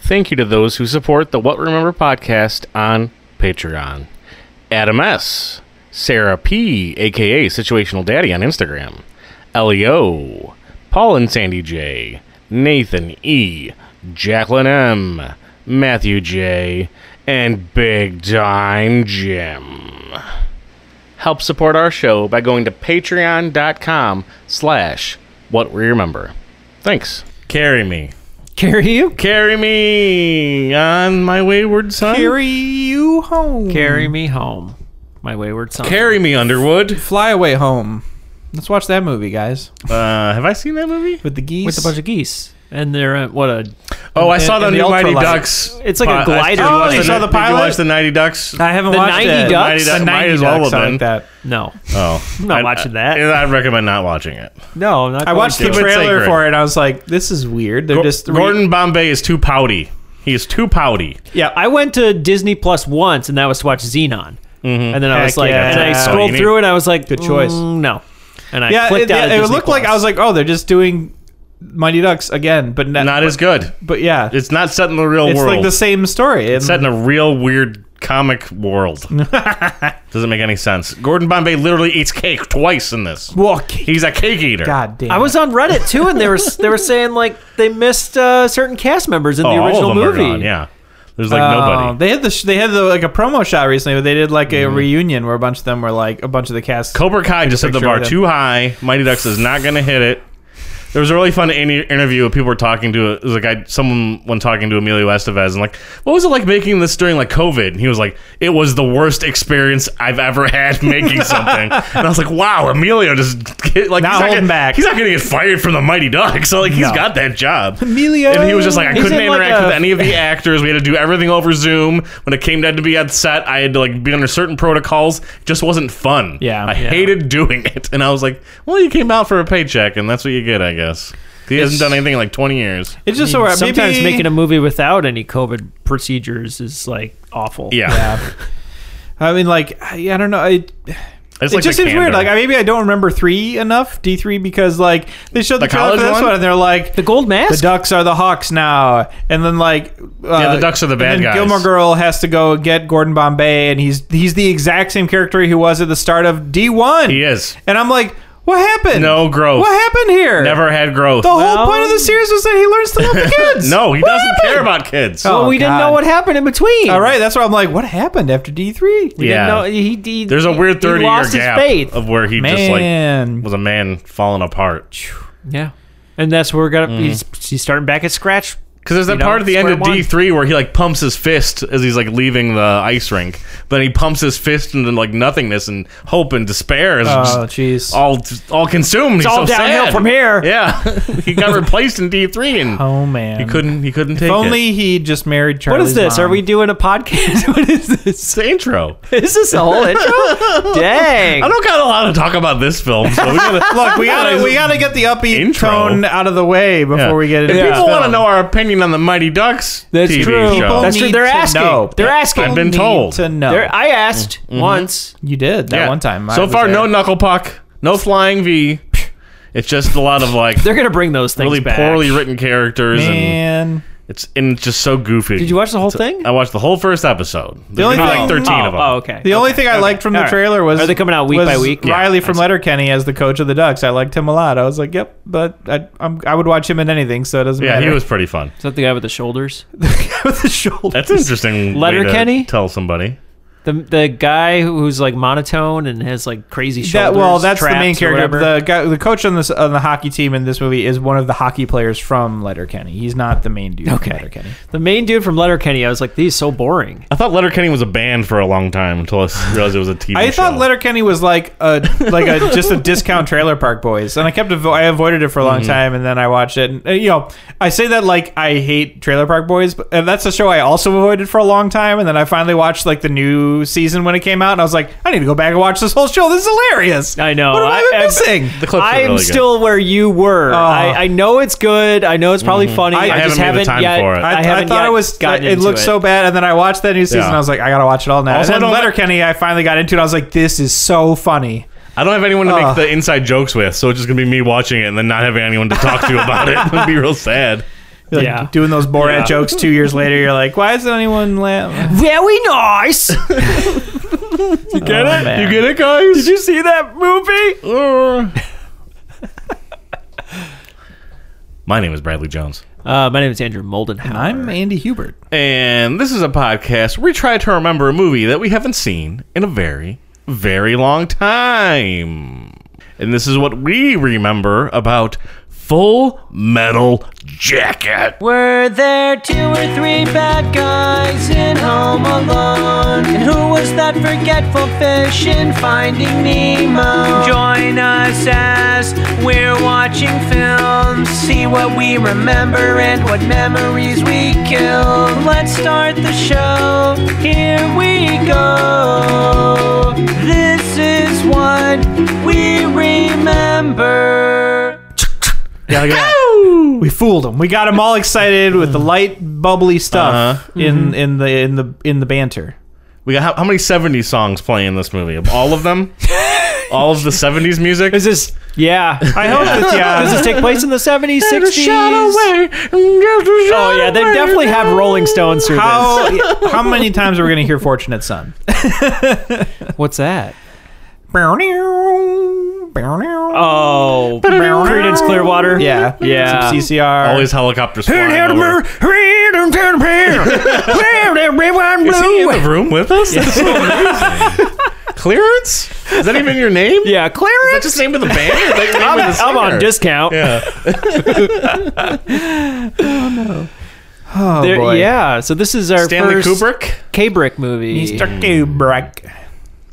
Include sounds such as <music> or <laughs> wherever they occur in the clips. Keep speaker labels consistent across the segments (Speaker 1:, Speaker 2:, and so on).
Speaker 1: thank you to those who support the What Remember podcast on Patreon. Adam S., Sarah P., aka Situational Daddy on Instagram, Leo, Paul and Sandy J., Nathan E., Jacqueline M., Matthew J., and Big Time Jim. Help support our show by going to patreon.com slash what we remember. Thanks. Carry me.
Speaker 2: Carry you.
Speaker 1: Carry me on my wayward son.
Speaker 3: Carry you home.
Speaker 2: Carry me home, my wayward son.
Speaker 1: Carry me, Underwood.
Speaker 3: Fly away home. Let's watch that movie, guys.
Speaker 1: Uh, have I seen that movie?
Speaker 3: With the geese.
Speaker 2: with a bunch of geese, and they're uh, what a.
Speaker 1: Oh, I saw
Speaker 2: and
Speaker 1: the
Speaker 2: the
Speaker 1: new Mighty
Speaker 2: ultralight.
Speaker 1: Ducks.
Speaker 2: It's like a
Speaker 1: pi- I-
Speaker 2: glider.
Speaker 1: did you
Speaker 2: Oh,
Speaker 1: watch
Speaker 2: you
Speaker 3: saw the
Speaker 1: did you watch
Speaker 3: pilot?
Speaker 1: the Nighty Ducks?
Speaker 3: I haven't
Speaker 2: The
Speaker 3: watched
Speaker 2: 90 Ducks?
Speaker 3: it. The
Speaker 1: Mighty Ducks,
Speaker 3: 90
Speaker 1: might as well
Speaker 3: Ducks,
Speaker 1: have
Speaker 3: I
Speaker 1: been.
Speaker 3: like that.
Speaker 2: No,
Speaker 1: oh,
Speaker 2: I'm not
Speaker 1: I-
Speaker 2: watching that.
Speaker 1: I, I'd recommend not watching it.
Speaker 2: no, I'm not.
Speaker 3: I watched the
Speaker 1: Keep it
Speaker 3: trailer
Speaker 1: sacred.
Speaker 3: for it. and I was like, this is weird. They're
Speaker 1: Gor-
Speaker 3: just re-
Speaker 1: Gordon Bombay is too pouty. He is too pouty.
Speaker 3: Yeah, I,
Speaker 2: I went to Disney Plus once, and that was to watch Xenon. And then I
Speaker 3: Heck
Speaker 2: was like,
Speaker 3: yeah.
Speaker 2: and I
Speaker 3: That's
Speaker 1: all
Speaker 2: scrolled
Speaker 1: you need.
Speaker 2: through it, and I was like, good
Speaker 3: choice.
Speaker 2: no. And I
Speaker 3: yeah. It,
Speaker 2: clicked out.
Speaker 3: it,
Speaker 2: of Disney
Speaker 3: looked like I
Speaker 2: Plus.
Speaker 3: was like, oh, they're just doing Mighty Ducks again, but not.
Speaker 1: Not as good.
Speaker 3: but yeah, it's,
Speaker 1: It's not set in the real world.
Speaker 3: like the same story. And
Speaker 1: set in a real weird comic world. Doesn't make any sense. Gordon Bombay literally eats cake twice in this.
Speaker 3: Walk.
Speaker 1: He's a cake eater.
Speaker 3: God damn.
Speaker 2: I was on Reddit too, and they were they were saying like they missed uh, certain cast members in
Speaker 1: Oh,
Speaker 2: the
Speaker 1: all
Speaker 2: original
Speaker 1: of them
Speaker 2: movie.
Speaker 1: are gone. Yeah, there's like
Speaker 3: Oh,
Speaker 1: nobody.
Speaker 3: They had the sh- they had the, like a promo shot recently, but they did like a reunion where a bunch of them were like a bunch of the cast.
Speaker 1: Cobra Kai just set the
Speaker 3: picture
Speaker 1: bar
Speaker 3: with him.
Speaker 1: too high. Mighty Ducks is not going to hit it. There was a really fun in- interview. where People were talking to it was like I someone when talking to Emilio Estevez and like, what was it like making this during like COVID? And he was like, it was the worst experience I've ever had <laughs> making something. and I was like, wow, Emilio just get, like
Speaker 3: Not
Speaker 1: he's
Speaker 3: holding
Speaker 1: gonna-
Speaker 3: back.
Speaker 1: He's not going to get fired from the Mighty Ducks. <laughs> So like he's got that job.
Speaker 3: Emilio.
Speaker 1: And he was just like, I
Speaker 2: He's
Speaker 1: couldn't
Speaker 2: in, like,
Speaker 1: interact
Speaker 2: a-
Speaker 1: with any of the
Speaker 3: <laughs>
Speaker 1: actors. We had to do everything over Zoom. When it came down to be on set, I had to like be under certain protocols. It just wasn't fun.
Speaker 3: Yeah.
Speaker 1: I
Speaker 3: Yeah.
Speaker 1: hated doing it. And I was like, well, you came out for a paycheck, and that's what you get, I guess. He hasn't done anything in like 20 years.
Speaker 3: It's just so weird.
Speaker 2: Sometimes
Speaker 3: Maybe-
Speaker 2: making a movie without any COVID procedures is like awful. <laughs>
Speaker 1: Yeah.
Speaker 3: I mean, like I, I don't know. I,
Speaker 1: <laughs> It's
Speaker 3: it
Speaker 1: like
Speaker 3: just
Speaker 1: the
Speaker 3: seems weird.
Speaker 1: candor.
Speaker 3: Like I, maybe I don't remember three enough D three because like they showed the,
Speaker 1: The
Speaker 3: trailer for
Speaker 1: college
Speaker 3: this
Speaker 1: one?
Speaker 3: one? and they're like
Speaker 2: The Gold Mask.
Speaker 3: the ducks are the hawks now, and then like uh, yeah,
Speaker 1: the Ducks are the bad
Speaker 3: and then
Speaker 1: guys.
Speaker 3: Gilmore Girl has to go get Gordon Bombay, and he's he's the exact same character he was at the start of D one.
Speaker 1: He is.
Speaker 3: and I'm like, what happened?
Speaker 1: No growth.
Speaker 3: What happened here?
Speaker 1: Never had growth.
Speaker 3: The
Speaker 2: Well-
Speaker 3: whole point of the series was that he learns to
Speaker 1: <laughs>
Speaker 3: love the kids.
Speaker 1: no, he doesn't care about kids.
Speaker 3: Oh,
Speaker 2: Well, we didn't
Speaker 3: God.
Speaker 2: know what happened in between.
Speaker 3: All right, that's why I'm like, what happened after D three?
Speaker 2: We didn't
Speaker 1: Yeah.
Speaker 2: know- he- he-
Speaker 1: There's a weird
Speaker 2: he
Speaker 1: 30 year
Speaker 2: lost his
Speaker 1: gap
Speaker 2: faith.
Speaker 1: of where he just
Speaker 3: Man.
Speaker 1: like was a man falling apart.
Speaker 2: Yeah, and that's where we're gonna.
Speaker 1: Mm-hmm.
Speaker 2: He's, he's starting back at scratch.
Speaker 1: Because there's that
Speaker 2: You know,
Speaker 1: part at the end
Speaker 2: square
Speaker 1: of
Speaker 2: one.
Speaker 1: D three where he like pumps his fist as he's like leaving the ice rink. Then he pumps his fist into like nothingness and hope and despair is
Speaker 3: Oh,
Speaker 1: just
Speaker 3: jeez.
Speaker 1: all all consumed. It's
Speaker 2: all downhill from here.
Speaker 1: Yeah, <laughs> he got replaced in D three and
Speaker 3: Oh man.
Speaker 1: he couldn't he couldn't take
Speaker 3: If
Speaker 1: it.
Speaker 3: only he just married Charlie.
Speaker 2: What is this? Are we doing a podcast? <laughs> what is
Speaker 1: It's
Speaker 2: this?
Speaker 1: the
Speaker 3: <laughs>
Speaker 1: intro.
Speaker 2: Is this a whole intro?
Speaker 1: <laughs>
Speaker 2: Dang.
Speaker 1: I don't got a lot to talk about this film. So we gotta,
Speaker 3: Look, we gotta we gotta get the upbeat
Speaker 1: Intro.
Speaker 3: tone out of the way <laughs> before
Speaker 1: Yeah.
Speaker 3: we get
Speaker 1: If
Speaker 3: into this
Speaker 1: people want to
Speaker 3: film.
Speaker 1: know our opinion on the Mighty Ducks
Speaker 2: That's
Speaker 1: TV
Speaker 2: true.
Speaker 1: show,
Speaker 2: That's true.
Speaker 3: need
Speaker 2: They're
Speaker 3: to
Speaker 2: asking.
Speaker 3: know.
Speaker 2: They're asking.
Speaker 1: I've been
Speaker 3: Need
Speaker 1: told. Mm-hmm.
Speaker 3: to know.
Speaker 2: There- I asked once.
Speaker 3: you did that
Speaker 1: Yeah.
Speaker 3: one time. I
Speaker 1: So
Speaker 3: was
Speaker 1: far,
Speaker 3: there.
Speaker 1: no knuckle puck, no flying
Speaker 3: <laughs>
Speaker 1: V. It's just a lot of like
Speaker 2: They're gonna bring those things
Speaker 1: really
Speaker 2: back.
Speaker 1: poorly written characters, and
Speaker 3: man.
Speaker 1: it's and it's just so goofy.
Speaker 2: Did you watch the whole thing?
Speaker 1: I watched the whole first episode. The
Speaker 3: only
Speaker 1: uh, like
Speaker 3: thing-
Speaker 1: thirteen
Speaker 2: oh,
Speaker 1: of them.
Speaker 2: oh, okay.
Speaker 3: The
Speaker 2: okay.
Speaker 3: only thing I liked from the
Speaker 2: All right.
Speaker 3: trailer was
Speaker 2: Are they coming out week
Speaker 3: was
Speaker 2: by week? Yeah,
Speaker 3: Riley from Letterkenny as the coach of the Ducks. I liked him a lot. I was like, yep, but I, I'm, I would watch him in anything, so it doesn't
Speaker 1: Yeah,
Speaker 3: matter.
Speaker 1: he was <laughs>
Speaker 3: <laughs>
Speaker 1: pretty fun.
Speaker 2: Is that the guy with
Speaker 1: <laughs>
Speaker 2: the shoulders?
Speaker 3: with the shoulder.
Speaker 1: That's an interesting.
Speaker 2: Letter
Speaker 1: way to
Speaker 2: Kenny?
Speaker 1: Tell somebody.
Speaker 2: The the guy who's like monotone and has like crazy shoulders.
Speaker 3: That, well, that's the
Speaker 2: traps,
Speaker 3: main
Speaker 2: or
Speaker 3: character.
Speaker 2: whatever.
Speaker 3: The guy, the coach on this on the hockey team in this movie is one of the hockey players from Letterkenny. He's not the main dude.
Speaker 2: Okay.
Speaker 3: from Letterkenny.
Speaker 2: The main dude from Letterkenny, I was like, "These so boring."
Speaker 1: I thought Letter Kenny was a band for a long time until I s- realized it was a TV
Speaker 3: I
Speaker 1: show.
Speaker 3: thought Letterkenny was like a like a just a discount Trailer Park Boys, and I kept avo- I avoided it for a long
Speaker 2: Mm-hmm.
Speaker 3: time, and then I watched it. And, uh, you know, I say that like I hate Trailer Park Boys, but and that's a show I also avoided for a long time, and then I finally watched like the new season when it came out, and I was like, I need to go back and watch this whole show. This is hilarious.
Speaker 2: I know.
Speaker 3: What am
Speaker 2: I-
Speaker 3: I,
Speaker 2: I-
Speaker 3: missing?
Speaker 1: the clips
Speaker 2: I
Speaker 1: are
Speaker 2: am
Speaker 1: really good.
Speaker 2: still where you were.
Speaker 3: Oh.
Speaker 2: I, I know it's good. I know it's probably funny. I,
Speaker 3: I
Speaker 2: just
Speaker 1: Mm-hmm. haven't made the time
Speaker 2: haven't yet.
Speaker 1: for it.
Speaker 2: I,
Speaker 3: I, I,
Speaker 2: haven't
Speaker 3: thought
Speaker 2: yet
Speaker 3: it was. uh,
Speaker 2: Gotten
Speaker 3: it
Speaker 2: into
Speaker 3: looked so bad, and then I watched that new season.
Speaker 1: Yeah.
Speaker 3: I was like, I gotta watch it all now.
Speaker 1: Also,
Speaker 3: and
Speaker 1: I
Speaker 3: then
Speaker 1: don't-
Speaker 3: Letterkenny, I finally got into it. I was like, this is so funny.
Speaker 1: I don't have anyone to make
Speaker 3: Ugh.
Speaker 1: the
Speaker 2: <laughs>
Speaker 1: inside jokes with, so it's just gonna be me watching it and then not having anyone to talk to about it. It'd be real sad.
Speaker 3: You're, like,
Speaker 4: Yeah.
Speaker 3: doing those Borat
Speaker 4: Yeah.
Speaker 3: jokes two years later. You're like, why isn't anyone laughing?
Speaker 2: Very nice.
Speaker 3: <laughs>
Speaker 2: Oh,
Speaker 3: You get it?
Speaker 1: You get it, guys?
Speaker 2: Did you see that movie?
Speaker 1: Uh. My name is Bradley Jones.
Speaker 2: Uh, my name is Andrew Moldenhauer.
Speaker 3: I'm Andy Hubert.
Speaker 1: And this is a podcast where we try to remember a movie that we haven't seen in a very, very long time. And this is what we remember about Full Metal Jacket.
Speaker 2: Were there two or three bad guys in Home Alone? And who was that forgetful fish in Finding Nemo? Join us as we're watching films. See what we remember and what memories we kill. Let's start the show. Here we go. This is what we remember.
Speaker 3: Yeah, look at that. We fooled them. We got them all excited with the light, bubbly stuff
Speaker 1: Uh-huh.
Speaker 3: in in the in the in the banter.
Speaker 1: We got how, how many 70s songs play in this movie? All of
Speaker 2: <laughs>
Speaker 1: them? All of the 70s music?
Speaker 2: Is this? Yeah.
Speaker 3: I hope that yeah,
Speaker 2: Does this take place in the 70s, 60s?
Speaker 1: Oh
Speaker 2: Oh yeah, they definitely have Rolling Stones through
Speaker 3: how how many times are we gonna hear "Fortunate Son"?
Speaker 2: this. <laughs> What's that?
Speaker 3: Oh,
Speaker 2: Oh, Credence Clearwater.
Speaker 3: yeah,
Speaker 2: Yeah.
Speaker 3: Some CCR.
Speaker 1: Always helicopters flying over.
Speaker 2: <laughs>
Speaker 1: Is he in the room with us? That's so amazing. Clearance? Is that even your name?
Speaker 2: Yeah,
Speaker 1: Is that
Speaker 2: Clarence.
Speaker 1: just the name of the band? Is that the name of the
Speaker 2: I'm on
Speaker 1: singer?
Speaker 2: discount.
Speaker 1: Yeah.
Speaker 3: Oh,
Speaker 2: There-
Speaker 3: boy.
Speaker 2: yeah. So this is our
Speaker 1: Stanley
Speaker 2: first
Speaker 1: Kubrick?
Speaker 2: Kubrick movie.
Speaker 3: Mr. Kubrick.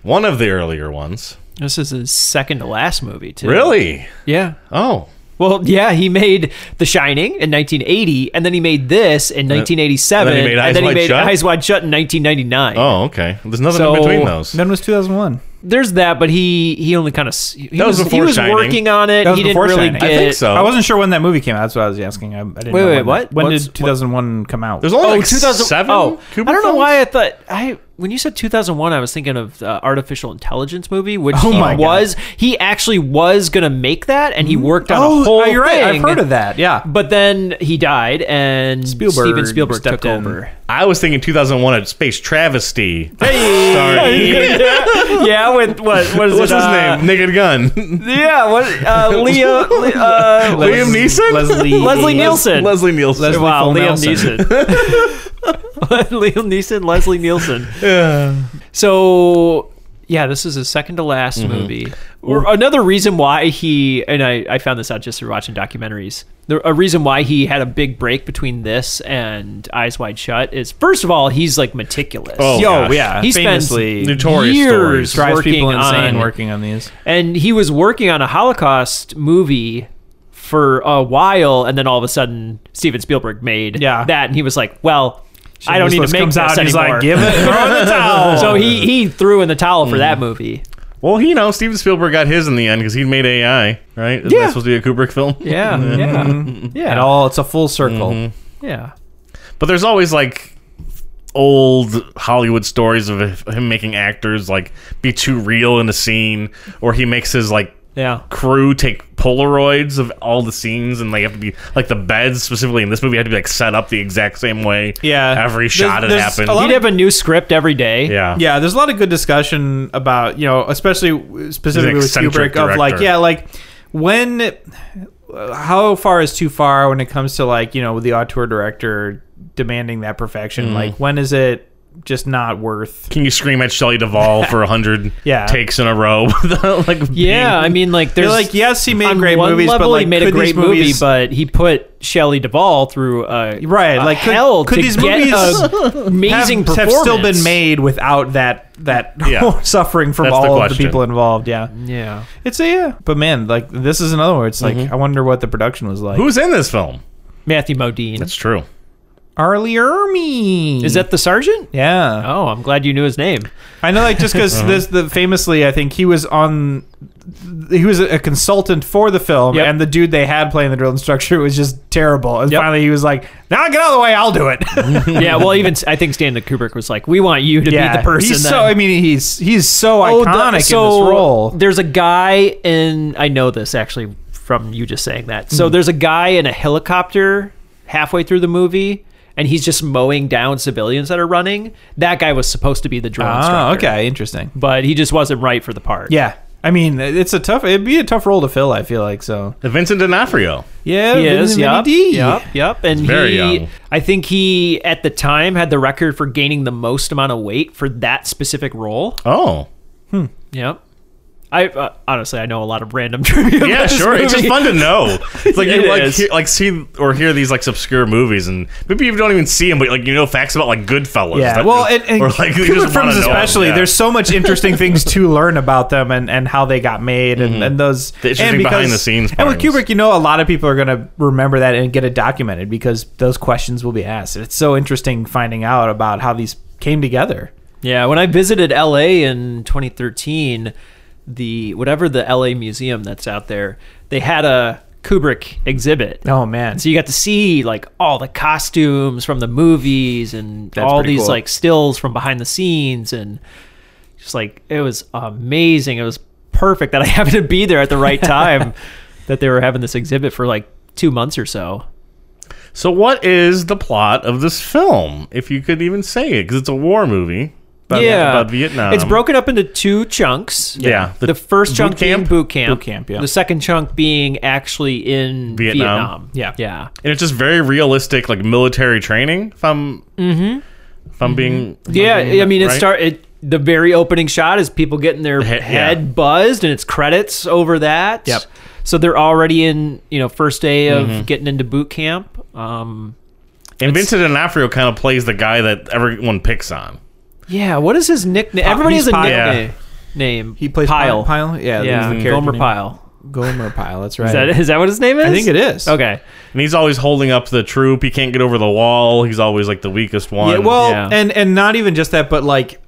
Speaker 1: One of the earlier ones.
Speaker 2: This is his second to last movie too.
Speaker 1: Really?
Speaker 2: Yeah.
Speaker 1: Oh.
Speaker 2: Well, yeah. He made The Shining in 1980, and then he made this in 1987,
Speaker 1: and then he made Eyes Wide Shut?
Speaker 2: Eyes Wide Shut in 1999.
Speaker 1: Oh, okay. There's nothing
Speaker 2: So-
Speaker 1: in between those.
Speaker 3: Then was 2001.
Speaker 2: There's that, but he he only kind of he
Speaker 1: That was
Speaker 2: was, he
Speaker 1: before
Speaker 2: was
Speaker 1: Shining.
Speaker 2: working on it.
Speaker 3: That was
Speaker 2: he didn't
Speaker 3: before
Speaker 2: really
Speaker 3: Shining.
Speaker 2: get.
Speaker 3: I
Speaker 1: think so.
Speaker 3: I wasn't sure when that movie came out. That's what I was asking. I, I didn't
Speaker 2: Wait,
Speaker 3: know
Speaker 2: wait,
Speaker 3: when-
Speaker 2: what?
Speaker 3: When
Speaker 2: What's-
Speaker 3: did 2001 come out?
Speaker 1: There's only
Speaker 2: Oh,
Speaker 1: like
Speaker 2: 2000
Speaker 1: seven
Speaker 2: oh,
Speaker 1: Kubrick
Speaker 2: I don't know
Speaker 1: films?
Speaker 2: why I thought I when you said 2001 I was thinking of the artificial intelligence movie which
Speaker 3: Oh
Speaker 2: he
Speaker 3: my God.
Speaker 2: was he actually was going to make that and he worked on
Speaker 3: oh,
Speaker 2: a whole
Speaker 3: you're right. I've
Speaker 2: thing,
Speaker 3: heard of that. Yeah.
Speaker 2: But then he died and
Speaker 3: Spielberg
Speaker 2: Steven Spielberg
Speaker 3: stepped
Speaker 2: took
Speaker 3: in.
Speaker 2: over.
Speaker 1: I was thinking 2001 at Space Travesty. Sorry.
Speaker 2: <laughs> yeah, with what what is
Speaker 1: What's his
Speaker 2: it, uh,
Speaker 1: name? Naked Gun. <laughs>
Speaker 2: Yeah, what
Speaker 3: <laughs>
Speaker 2: uh Leo Le- uh,
Speaker 1: Liam Neeson?
Speaker 3: Leslie.
Speaker 2: Leslie
Speaker 1: <laughs>
Speaker 2: Nielsen.
Speaker 1: Leslie Nielsen.
Speaker 3: Leslie
Speaker 2: wow,
Speaker 3: Full
Speaker 2: Liam
Speaker 3: Nelson.
Speaker 2: Neeson.
Speaker 3: <laughs>
Speaker 2: Liam Neeson, <laughs> Leslie Nielsen. So yeah, this is his second to last
Speaker 3: Mm-hmm.
Speaker 2: movie. Or another reason why he and I, I found this out just through watching documentaries. The, a reason why he had a big break between this and Eyes Wide Shut is first of all he's like meticulous.
Speaker 1: Oh,
Speaker 3: Yo,
Speaker 1: gosh.
Speaker 3: yeah.
Speaker 2: he spends
Speaker 3: famously
Speaker 1: Notorious
Speaker 2: years
Speaker 1: stories.
Speaker 3: drives people
Speaker 2: working
Speaker 3: insane
Speaker 2: on-
Speaker 3: working on these.
Speaker 2: and he was working on a Holocaust movie for a while, and then all of a sudden Steven Spielberg made
Speaker 3: Yeah.
Speaker 2: that, and he was like, "Well, I don't need to
Speaker 3: This
Speaker 2: make
Speaker 3: comes
Speaker 2: this
Speaker 3: out and he's
Speaker 2: anymore."
Speaker 3: like, give it,
Speaker 2: <laughs>
Speaker 3: throw in the towel.
Speaker 2: so he he threw in the towel for that movie.
Speaker 1: Well, you know, Steven Spielberg got his in the end because he made AI, right? Isn't that
Speaker 2: Yeah.
Speaker 1: supposed to be a Kubrick film?
Speaker 2: Yeah, yeah,
Speaker 3: Mm-hmm. At
Speaker 2: yeah,
Speaker 3: all, it's a full circle.
Speaker 2: yeah.
Speaker 1: But there's always like old Hollywood stories of him making actors like be too real in a scene, or he makes his like
Speaker 2: Yeah.
Speaker 1: crew take Polaroids of all the scenes, and they have to be like the beds specifically in this movie had to be like set up the exact same way.
Speaker 3: Yeah.
Speaker 1: every
Speaker 3: There's-
Speaker 1: shot it
Speaker 3: there's
Speaker 1: happened.
Speaker 3: a lot
Speaker 2: He'd have a new script every day.
Speaker 1: yeah,
Speaker 3: Yeah, there's a lot of good discussion about you know, especially specifically with Kubrick
Speaker 1: eccentric
Speaker 3: of like
Speaker 1: director.
Speaker 3: yeah, like when how far is too far when it comes to like you know the auteur director demanding that perfection? Like when is it just not worth?
Speaker 1: Can you scream at Shelley Duvall for a hundred
Speaker 3: <laughs> Yeah.
Speaker 1: takes in a row? <laughs> without, like,
Speaker 2: yeah. I mean, like,
Speaker 3: They're
Speaker 2: there's
Speaker 3: like yes, he made
Speaker 2: on
Speaker 3: great
Speaker 2: one
Speaker 3: movies,
Speaker 2: level
Speaker 3: but like
Speaker 2: he made a
Speaker 3: could
Speaker 2: great
Speaker 3: these
Speaker 2: movie,
Speaker 3: movies,
Speaker 2: but he put Shelley Duvall through uh,
Speaker 3: right,
Speaker 2: a
Speaker 3: like could,
Speaker 2: hell
Speaker 3: could
Speaker 2: to
Speaker 3: these
Speaker 2: get
Speaker 3: movies
Speaker 2: a
Speaker 3: <laughs> have,
Speaker 2: amazing
Speaker 3: have still been
Speaker 2: performance.
Speaker 3: made without that
Speaker 2: <laughs>
Speaker 3: that
Speaker 1: Yeah.
Speaker 3: <laughs> suffering from
Speaker 1: That's the
Speaker 3: all of the
Speaker 1: question.
Speaker 3: people involved? Yeah,
Speaker 2: Yeah.
Speaker 3: it's a yeah, but man, like this is another one. It's like
Speaker 2: Mm-hmm.
Speaker 3: I wonder what the production was like.
Speaker 1: who's in this film?
Speaker 2: Matthew Modine.
Speaker 1: That's true.
Speaker 3: Arlie Ermy.
Speaker 2: Is that the sergeant?
Speaker 3: Yeah,
Speaker 2: Oh, I'm glad you knew his
Speaker 3: <laughs>
Speaker 2: name.
Speaker 3: I know. Like
Speaker 2: <laughs>
Speaker 3: just
Speaker 2: Uh-huh.
Speaker 3: because this, the famously, I think he was on. He was a consultant for the film,
Speaker 2: Yep.
Speaker 3: and the dude they had playing the drill instructor was just terrible. And
Speaker 2: Yep.
Speaker 3: finally, he was like, "Now get out of the way, I'll
Speaker 2: <laughs>
Speaker 3: do it."
Speaker 2: yeah, well, even I think Stanley Kubrick was like, "We want you to
Speaker 3: <laughs>
Speaker 2: be the person."
Speaker 3: He's
Speaker 2: that-
Speaker 3: so. I mean, he's he's so
Speaker 2: Oh, the-
Speaker 3: iconic in
Speaker 2: so
Speaker 3: this role.
Speaker 2: There's a guy
Speaker 3: Mm-hmm.
Speaker 2: in. I know this actually from you just saying that. So there's a guy in a helicopter halfway through the movie and he's just mowing down civilians that are running. That guy was supposed to be the drone
Speaker 3: Oh,
Speaker 2: instructor.
Speaker 3: okay, interesting.
Speaker 2: But he just wasn't right for the part.
Speaker 3: Yeah, I mean, it's a tough. It'd be a tough role to fill. I feel like so.
Speaker 1: The Vincent D'Onofrio.
Speaker 3: Yeah,
Speaker 2: He is,
Speaker 3: Oh, Vinny
Speaker 2: yep,
Speaker 3: D.
Speaker 2: yep, yep, and
Speaker 1: very
Speaker 2: he,
Speaker 1: young.
Speaker 2: I think he at the time had the record for gaining the most amount of weight for that specific role.
Speaker 1: Oh.
Speaker 2: Yep. I uh, honestly, I know a lot of random <laughs> trivia.
Speaker 3: <laughs>
Speaker 2: about
Speaker 1: Yeah,
Speaker 2: this
Speaker 1: sure. It's just
Speaker 2: movie.
Speaker 1: fun to know. It's like
Speaker 2: It
Speaker 1: you like,
Speaker 2: is.
Speaker 1: hear, like see or hear these like obscure movies, and maybe you don't even see them, but like you know facts about like Goodfellas.
Speaker 3: Yeah,
Speaker 1: that-
Speaker 3: well, and,
Speaker 1: <laughs>
Speaker 3: and
Speaker 1: or like you
Speaker 3: Cuban
Speaker 1: just wanna
Speaker 3: films
Speaker 1: know 'em,
Speaker 3: especially.
Speaker 1: yeah.
Speaker 3: There's so much interesting
Speaker 1: <laughs>
Speaker 3: things to learn about them and, and how they got made and, and those
Speaker 1: Mm-hmm. The interesting
Speaker 3: and
Speaker 1: behind-the-scenes
Speaker 3: And with
Speaker 1: parts.
Speaker 3: Kubrick, you know, a lot of people are going to remember that and get it documented because those questions will be asked. It's so interesting finding out about how these came together.
Speaker 2: Yeah, when I visited LA in 2013, the whatever the LA museum that's out there, they had a Kubrick exhibit.
Speaker 3: Oh man,
Speaker 2: So you got to see like all the costumes from the movies and
Speaker 3: That's
Speaker 2: all
Speaker 3: pretty
Speaker 2: these
Speaker 3: cool.
Speaker 2: like stills from behind the scenes and just like it was amazing. It was perfect that I <laughs> happened to be there at the
Speaker 3: <laughs>
Speaker 2: right time that they were having this exhibit for like 2 months or so.
Speaker 1: So, what is the plot of this film, if you could even say it? Because it's a war movie. About, about Vietnam.
Speaker 2: It's broken up into two chunks.
Speaker 1: Yeah.
Speaker 2: The,
Speaker 1: The
Speaker 2: first
Speaker 1: boot
Speaker 2: chunk
Speaker 1: camp?
Speaker 2: being boot camp.
Speaker 3: Boot camp, yeah.
Speaker 2: The second chunk being actually in
Speaker 1: Vietnam.
Speaker 2: Vietnam.
Speaker 3: Yeah.
Speaker 2: Yeah.
Speaker 1: and it's just very realistic, like military training. If I'm,
Speaker 3: Mm-hmm.
Speaker 1: if I'm being, if I'm
Speaker 2: Yeah.
Speaker 1: being-
Speaker 2: I mean, it
Speaker 1: right?
Speaker 2: start it. The very opening shot is people getting their
Speaker 1: He- yeah.
Speaker 2: head buzzed, and it's credits over that.
Speaker 3: Yep.
Speaker 2: So they're already in, you know, first day of
Speaker 1: Mm-hmm.
Speaker 2: getting into boot camp. Um,
Speaker 1: And Vincent D'Onofrio kind of plays the guy that everyone picks on.
Speaker 2: yeah. What is his nickname? Everybody
Speaker 3: he's
Speaker 2: has a
Speaker 3: Pyle.
Speaker 2: nickname. Name.
Speaker 3: he plays
Speaker 2: Pyle.
Speaker 3: Pyle, yeah,
Speaker 1: Mm-hmm.
Speaker 2: Yeah.
Speaker 3: he's the character
Speaker 2: Gomer
Speaker 3: name.
Speaker 2: Pyle.
Speaker 3: Gomer Pyle. That's right.
Speaker 2: Is that is that what his name is?
Speaker 3: I think it is.
Speaker 2: Okay.
Speaker 1: And he's always holding up the troop. He can't get over the wall. He's always like the weakest one.
Speaker 3: Yeah, well,
Speaker 2: Yeah.
Speaker 3: and and not even just that, but like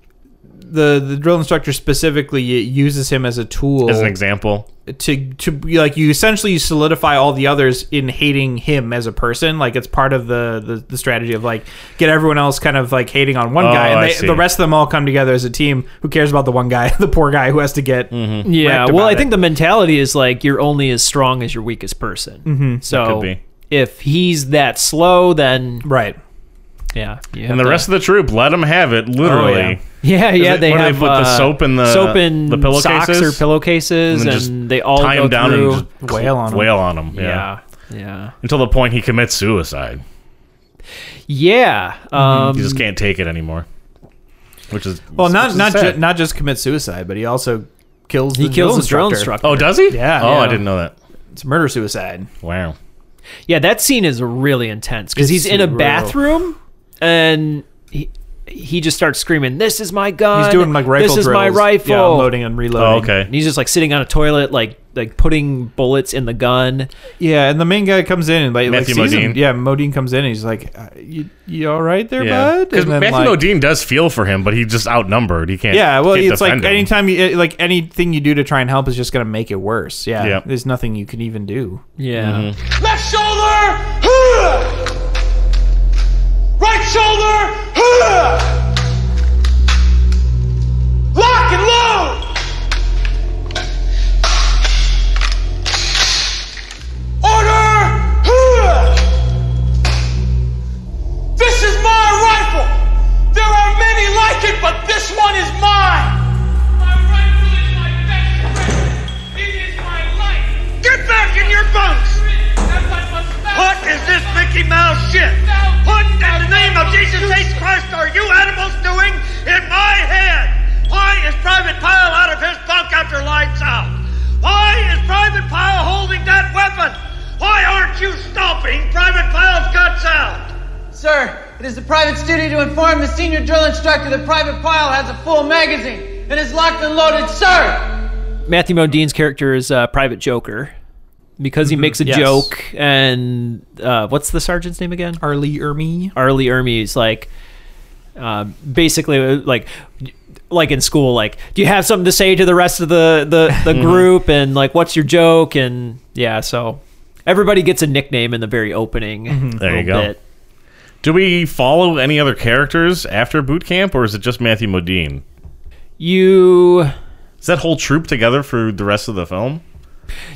Speaker 3: the the drill instructor specifically uses him as a tool
Speaker 1: as an example.
Speaker 3: to to be like you essentially you solidify all the others in hating him as a person. Like it's part of the the, the strategy of like get everyone else kind of like hating on one
Speaker 1: Oh,
Speaker 3: guy,
Speaker 1: I
Speaker 3: and
Speaker 1: see.
Speaker 3: they, the rest of them all come together as a team. Who cares about the one guy, <laughs> the poor guy who has to get?
Speaker 1: Mm-hmm.
Speaker 2: Yeah.
Speaker 3: wrecked
Speaker 2: Well,
Speaker 3: about
Speaker 2: I
Speaker 3: it.
Speaker 2: think the mentality is like you're only as strong as your weakest person. Mm-hmm. So
Speaker 1: Could be.
Speaker 2: if he's that slow, then
Speaker 3: right?
Speaker 2: yeah. you have
Speaker 1: And the
Speaker 2: to- Oh,
Speaker 1: rest of the troop, let him have it. Literally,
Speaker 3: Oh, yeah.
Speaker 2: Yeah, yeah,
Speaker 1: it-
Speaker 2: they
Speaker 1: what do they
Speaker 2: have
Speaker 1: put, the
Speaker 2: uh,
Speaker 1: soap in the-
Speaker 2: soap in
Speaker 1: the pillowcases?
Speaker 2: socks or pillowcases,
Speaker 1: And
Speaker 2: and,
Speaker 1: then just
Speaker 2: they all
Speaker 1: tie
Speaker 2: go
Speaker 1: him down
Speaker 2: through.
Speaker 1: and just
Speaker 3: Wail on him.
Speaker 1: wail on him.
Speaker 2: yeah, yeah,
Speaker 1: until the point he commits suicide.
Speaker 2: yeah. Um,
Speaker 1: Mm-hmm. He just can't take it anymore. Which is
Speaker 3: Mm. Well, not
Speaker 1: which is
Speaker 3: not
Speaker 1: sad.
Speaker 3: ju- not just commit suicide, but he also kills the
Speaker 2: he kills
Speaker 3: drill
Speaker 2: his drone instructor.
Speaker 1: oh, does he?
Speaker 3: Yeah.
Speaker 1: Oh, I
Speaker 2: Yeah.
Speaker 1: didn't know that.
Speaker 3: It's murder suicide.
Speaker 1: Wow. Oh.
Speaker 2: Yeah, that scene is really intense because he's
Speaker 3: It's
Speaker 2: in a
Speaker 3: real.
Speaker 2: bathroom and he, he just starts screaming, "This is my gun!
Speaker 3: He's doing like rifle
Speaker 2: This is my
Speaker 3: drills.
Speaker 2: rifle!"
Speaker 3: yeah, loading and reloading.
Speaker 1: Oh, okay.
Speaker 2: And he's just like sitting on a toilet, like like putting bullets in the gun.
Speaker 3: Yeah, and the main guy comes in and like, like
Speaker 1: Matthew
Speaker 3: sees him.
Speaker 1: Modine.
Speaker 3: Yeah, Modine comes in and he's like, uh, "You, you all right there, bud?"
Speaker 1: because
Speaker 3: And then,
Speaker 1: Matthew
Speaker 3: like-
Speaker 1: Modine does feel for him, but he's just outnumbered. He can't.
Speaker 3: Yeah, well,
Speaker 1: can't
Speaker 3: it's like
Speaker 1: defend him.
Speaker 3: anytime you it- like anything you do to try and help is just gonna make it worse. Yeah,
Speaker 1: Yeah.
Speaker 3: there's nothing you can even do.
Speaker 2: Yeah,
Speaker 1: Mm-hmm.
Speaker 5: Left shoulder. huh. Right shoulder. huh. Lock and load. Order. huh. This is my rifle. There are many like it, but this one is mine. My rifle is my best friend. It is my life. Get back in your bunks.
Speaker 6: What is this Mickey Mouse shit? What in the name of Jesus H. Christ are you animals doing in my head? Why is Private Pyle out of his bunk after lights out? Why is Private Pyle holding that weapon? Why aren't you stomping Private Pyle's guts out?
Speaker 7: Sir, it is the private's duty to inform the senior drill instructor that Private Pyle has a full magazine and is locked and loaded, sir!
Speaker 2: Matthew Modine's character is uh, Private Joker because he makes a
Speaker 3: Mm-hmm. Yes.
Speaker 2: joke, and uh, what's the sergeant's name again?
Speaker 3: Arlie Ermy.
Speaker 2: Arlie Ermey's like uh, basically like like in school like do you have something to say to the rest of the the,
Speaker 3: Mm-hmm.
Speaker 2: the group and like what's your joke and yeah so everybody gets a nickname in the very opening
Speaker 3: Mm-hmm.
Speaker 1: There you
Speaker 2: little
Speaker 1: go. Do we follow any other characters after boot camp, or is it just Matthew Modine?
Speaker 2: you
Speaker 1: Is that whole troop together for the rest of the film?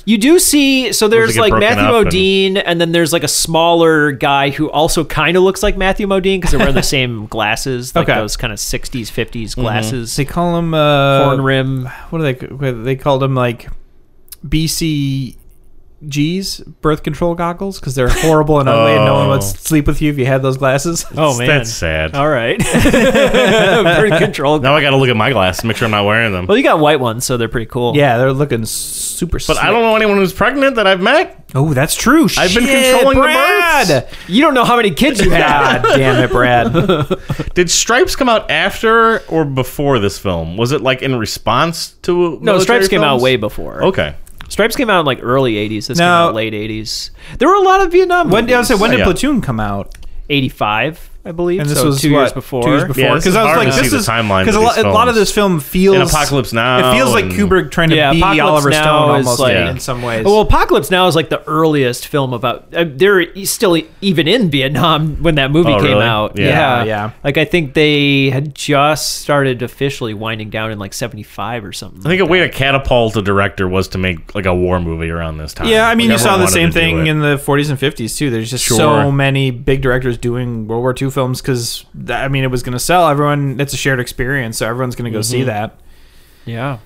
Speaker 2: You do see so there's
Speaker 1: get
Speaker 2: like
Speaker 1: broken
Speaker 2: Matthew
Speaker 1: up and-
Speaker 2: Modine, and... then there's like a smaller guy who also kind of looks like Matthew Modine because they're wearing
Speaker 3: <laughs>
Speaker 2: the same glasses, like
Speaker 3: Okay. Mm-hmm.
Speaker 2: those kind of '60s, '50s glasses,
Speaker 3: They call him uh,
Speaker 2: horn rim.
Speaker 3: What do they? what- They called him like BCGs, birth control goggles, because they're horrible and ugly, and no one would
Speaker 1: Oh.
Speaker 3: sleep with you if you had those glasses.
Speaker 2: Oh man,
Speaker 1: That's sad.
Speaker 2: All right, <laughs> pretty controlled.
Speaker 1: Now I got to look at my glasses, make sure I'm not wearing them.
Speaker 2: Well, you got white ones, so they're pretty cool.
Speaker 3: <laughs> Yeah, they're looking super.
Speaker 1: But I don't know anyone who's pregnant that I've met.
Speaker 3: Oh, that's true.
Speaker 1: I've been
Speaker 3: Shit,
Speaker 1: controlling the
Speaker 3: Brad!
Speaker 1: births.
Speaker 2: you don't know how many kids
Speaker 3: <laughs>
Speaker 2: you had.
Speaker 3: God damn
Speaker 2: <laughs>
Speaker 3: it, Brad.
Speaker 1: Did Stripes come out after or before this film? Was it like in response to?
Speaker 2: No,
Speaker 1: military
Speaker 2: Stripes came out
Speaker 1: films?
Speaker 2: way before.
Speaker 1: Okay.
Speaker 2: Stripes came out in like early '80s. This came
Speaker 3: Now-
Speaker 2: out late '80s. There were a lot of Vietnam.
Speaker 3: when, I was
Speaker 2: movies.
Speaker 3: saying, when did
Speaker 1: Yeah.
Speaker 3: Platoon come out?
Speaker 2: '85, I believe.
Speaker 3: And this
Speaker 2: so
Speaker 3: was
Speaker 2: two
Speaker 3: what,
Speaker 2: years before.
Speaker 3: Two years before.
Speaker 1: Yeah, this is
Speaker 3: I was
Speaker 1: hard
Speaker 3: like,
Speaker 1: to see
Speaker 3: this
Speaker 1: the
Speaker 3: is
Speaker 1: timeline
Speaker 3: because a,
Speaker 1: for
Speaker 3: lot-
Speaker 1: these
Speaker 3: a lot of
Speaker 1: films.
Speaker 3: this film feels
Speaker 1: In Apocalypse Now
Speaker 3: It feels like
Speaker 1: and-
Speaker 3: Kubrick trying to
Speaker 2: Yeah,
Speaker 3: be
Speaker 2: Apocalypse
Speaker 3: Oliver
Speaker 2: Now
Speaker 3: Stone
Speaker 2: is
Speaker 3: almost
Speaker 2: like-
Speaker 1: Yeah.
Speaker 3: in some ways.
Speaker 2: Well, Apocalypse Now is like the earliest film about. Uh, they're still e- even in Vietnam <laughs> when that movie
Speaker 1: Oh,
Speaker 2: came
Speaker 1: really?
Speaker 2: out.
Speaker 1: Yeah.
Speaker 3: Yeah, yeah.
Speaker 2: Like I think they had just started officially winding down in like '75 or something.
Speaker 1: I think a way to catapult a director was to make like a war movie around this time.
Speaker 3: yeah, I mean,
Speaker 1: Like,
Speaker 3: you saw
Speaker 1: everyone
Speaker 3: the
Speaker 1: wanted
Speaker 3: same
Speaker 1: to do
Speaker 3: thing
Speaker 1: it.
Speaker 3: in the 40s and 50s too. There's just so
Speaker 1: Sure.
Speaker 3: many big directors doing World War II films because I mean, it was going to sell. Everyone, it's a shared experience, so everyone's going to go
Speaker 1: Mm-hmm.
Speaker 3: see that.
Speaker 2: Yeah.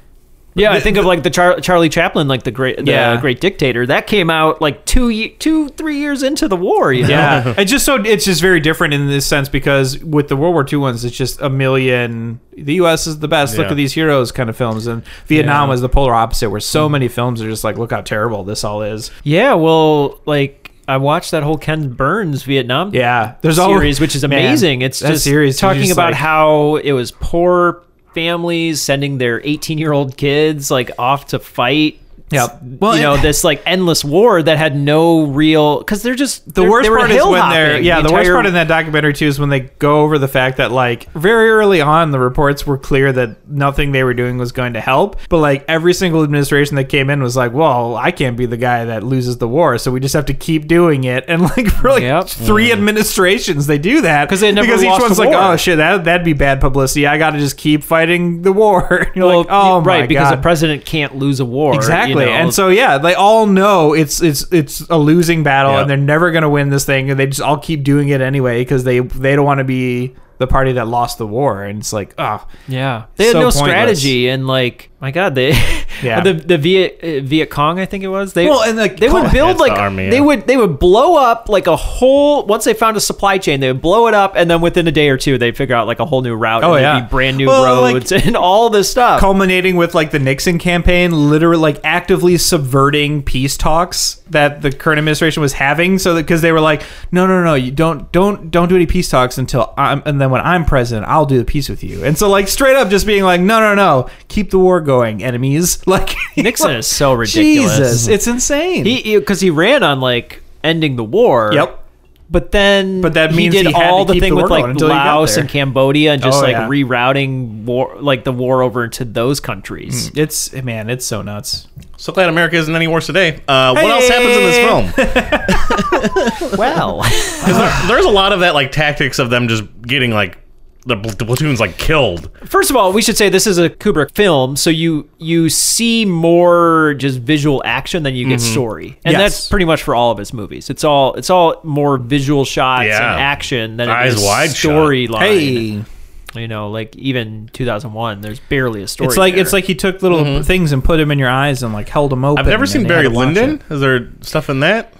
Speaker 2: Yeah, I think of like the Char- Charlie Chaplin, like the great, the
Speaker 3: Yeah.
Speaker 2: great dictator. That came out like two, ye- two, three years into the war. <laughs> You know?
Speaker 3: Yeah, <laughs> it's just so it's just very different in this sense because with the World War II ones, it's just a million. The U.S. is the best. Look
Speaker 1: Yeah.
Speaker 3: at these heroes kind of films, and Vietnam was the polar opposite, where so many films are just like, look how terrible this all is.
Speaker 2: yeah. Well, like I watched that whole Ken Burns Vietnam.
Speaker 3: Yeah, there's
Speaker 2: series,
Speaker 3: always-
Speaker 2: which is
Speaker 3: Man,
Speaker 2: amazing. it's
Speaker 3: that
Speaker 2: just
Speaker 3: series is
Speaker 2: talking
Speaker 3: just
Speaker 2: about
Speaker 3: like-
Speaker 2: how it was poor families sending their 18 year old kids like off to fight.
Speaker 3: Yep.
Speaker 2: Well,
Speaker 3: Well,
Speaker 2: you know
Speaker 3: and-
Speaker 2: this like endless war that had no real because they're just
Speaker 3: the
Speaker 2: they're-
Speaker 3: worst
Speaker 2: they were
Speaker 3: part is when
Speaker 2: hill-hopping
Speaker 3: they're yeah the, worst
Speaker 2: entire-
Speaker 3: part in that documentary too is when they go over the fact that like very early on the reports were clear that nothing they were doing was going to help but like every single administration that came in was like well i can't be the guy that loses the war so we just have to keep doing it and like for like
Speaker 2: Yep.
Speaker 3: three administrations they do that
Speaker 2: 'Cause they never
Speaker 3: because
Speaker 2: lost
Speaker 3: each one's
Speaker 2: a
Speaker 3: like
Speaker 2: war.
Speaker 3: oh shit that, that'd be bad publicity i gotta just keep fighting the war <laughs> you're
Speaker 2: well,
Speaker 3: like oh
Speaker 2: right
Speaker 3: my
Speaker 2: because
Speaker 3: God.
Speaker 2: a president can't lose a war you
Speaker 3: Exactly.
Speaker 2: know.
Speaker 3: And so yeah, they all know it's it's it's a losing battle
Speaker 1: Yeah.
Speaker 3: and they're never going to win this thing and they just all keep doing it anyway because they they don't want to be the party that lost the war and it's like, oh,
Speaker 2: Yeah, they had
Speaker 3: So
Speaker 2: no
Speaker 3: pointless.
Speaker 2: strategy, and like, my God, they, <laughs>
Speaker 3: Yeah.
Speaker 2: the the Viet uh, Viet Cong, I think it was. They
Speaker 3: Well, and, like,
Speaker 2: they would
Speaker 3: Cong-
Speaker 2: build
Speaker 1: That's the
Speaker 2: like
Speaker 1: army,
Speaker 2: they
Speaker 1: yeah.
Speaker 2: would they would blow up like a whole once they found a supply chain, they would blow it up, and then within a day or two, they'd figure out like a whole new route.
Speaker 3: Oh,
Speaker 2: and there'd
Speaker 3: yeah.
Speaker 2: be brand new
Speaker 3: Well, like-
Speaker 2: roads and all this stuff.
Speaker 3: culminating with like the Nixon campaign literally like actively subverting peace talks that the current administration was having so that because they were like, no, no, no, you don't don't don't do any peace talks until I'm and then when I'm president, I'll do the peace with you. And so like straight up just being like, no, no, no, keep the war going, enemies. <laughs> Like
Speaker 2: Nixon is so ridiculous.
Speaker 3: Jesus, it's insane.
Speaker 2: He because he ran on like ending the war.
Speaker 3: yep.
Speaker 2: But then,
Speaker 3: But that means
Speaker 2: he did
Speaker 3: he had
Speaker 2: all
Speaker 3: to
Speaker 2: the
Speaker 3: keep
Speaker 2: thing
Speaker 3: the
Speaker 2: with
Speaker 3: war
Speaker 2: like
Speaker 3: going until he got
Speaker 2: Laos
Speaker 3: there.
Speaker 2: and Cambodia and just
Speaker 3: Oh,
Speaker 2: like
Speaker 3: yeah.
Speaker 2: rerouting war, like the war over to those countries.
Speaker 3: It's man, it's so nuts.
Speaker 1: So glad America isn't any worse today. Uh, What else happens in this
Speaker 3: Hey! <laughs>
Speaker 1: film?
Speaker 2: Well,
Speaker 1: 'Cause there- there's a lot of that like tactics of them just getting like the, pl- the platoons like killed.
Speaker 2: <laughs> first of all, we should say this is a Kubrick film, so you you see more just visual action than you get story, and
Speaker 3: Yes.
Speaker 2: that's pretty much for all of his movies. It's all it's all more visual shots
Speaker 1: Yeah.
Speaker 2: and action than
Speaker 1: Eyes
Speaker 2: it is
Speaker 1: wide shut.
Speaker 2: storyline. You know, like even 2001, there's barely a story.
Speaker 3: It's like it's
Speaker 2: there.
Speaker 3: like he took little
Speaker 2: Mm-hmm.
Speaker 3: things and put them in your eyes and like held them open.
Speaker 1: I've never
Speaker 3: and
Speaker 1: seen
Speaker 3: they had
Speaker 1: Barry
Speaker 3: to watch
Speaker 1: Lyndon.
Speaker 3: it.
Speaker 1: Is there stuff in that?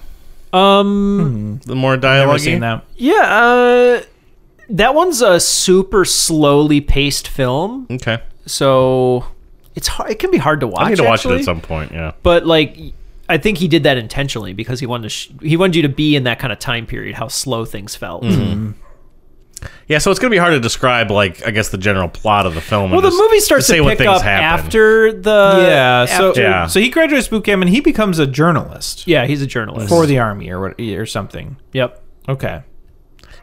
Speaker 2: um.
Speaker 1: The more
Speaker 3: Never
Speaker 1: dialogue.
Speaker 3: seen that.
Speaker 2: Yeah, uh, that one's a super slowly paced film,
Speaker 1: Okay.
Speaker 2: so it's hard, it can be hard to watch.
Speaker 1: I need to watch it
Speaker 2: actually.
Speaker 1: at some point. Yeah.
Speaker 2: But like, I think he did that intentionally because he wanted to sh- he wanted you to be in that kind of time period, how slow things felt.
Speaker 1: Yeah. So it's gonna be hard to describe like I guess the general plot of the film.
Speaker 2: Well, the movie starts to pick up after the
Speaker 3: yeah. So
Speaker 2: Uh, after-
Speaker 1: Yeah.
Speaker 3: so he graduates boot camp and he becomes a journalist
Speaker 2: yeah, he's a journalist.
Speaker 3: for the army or what or something.
Speaker 2: yep.
Speaker 3: Okay.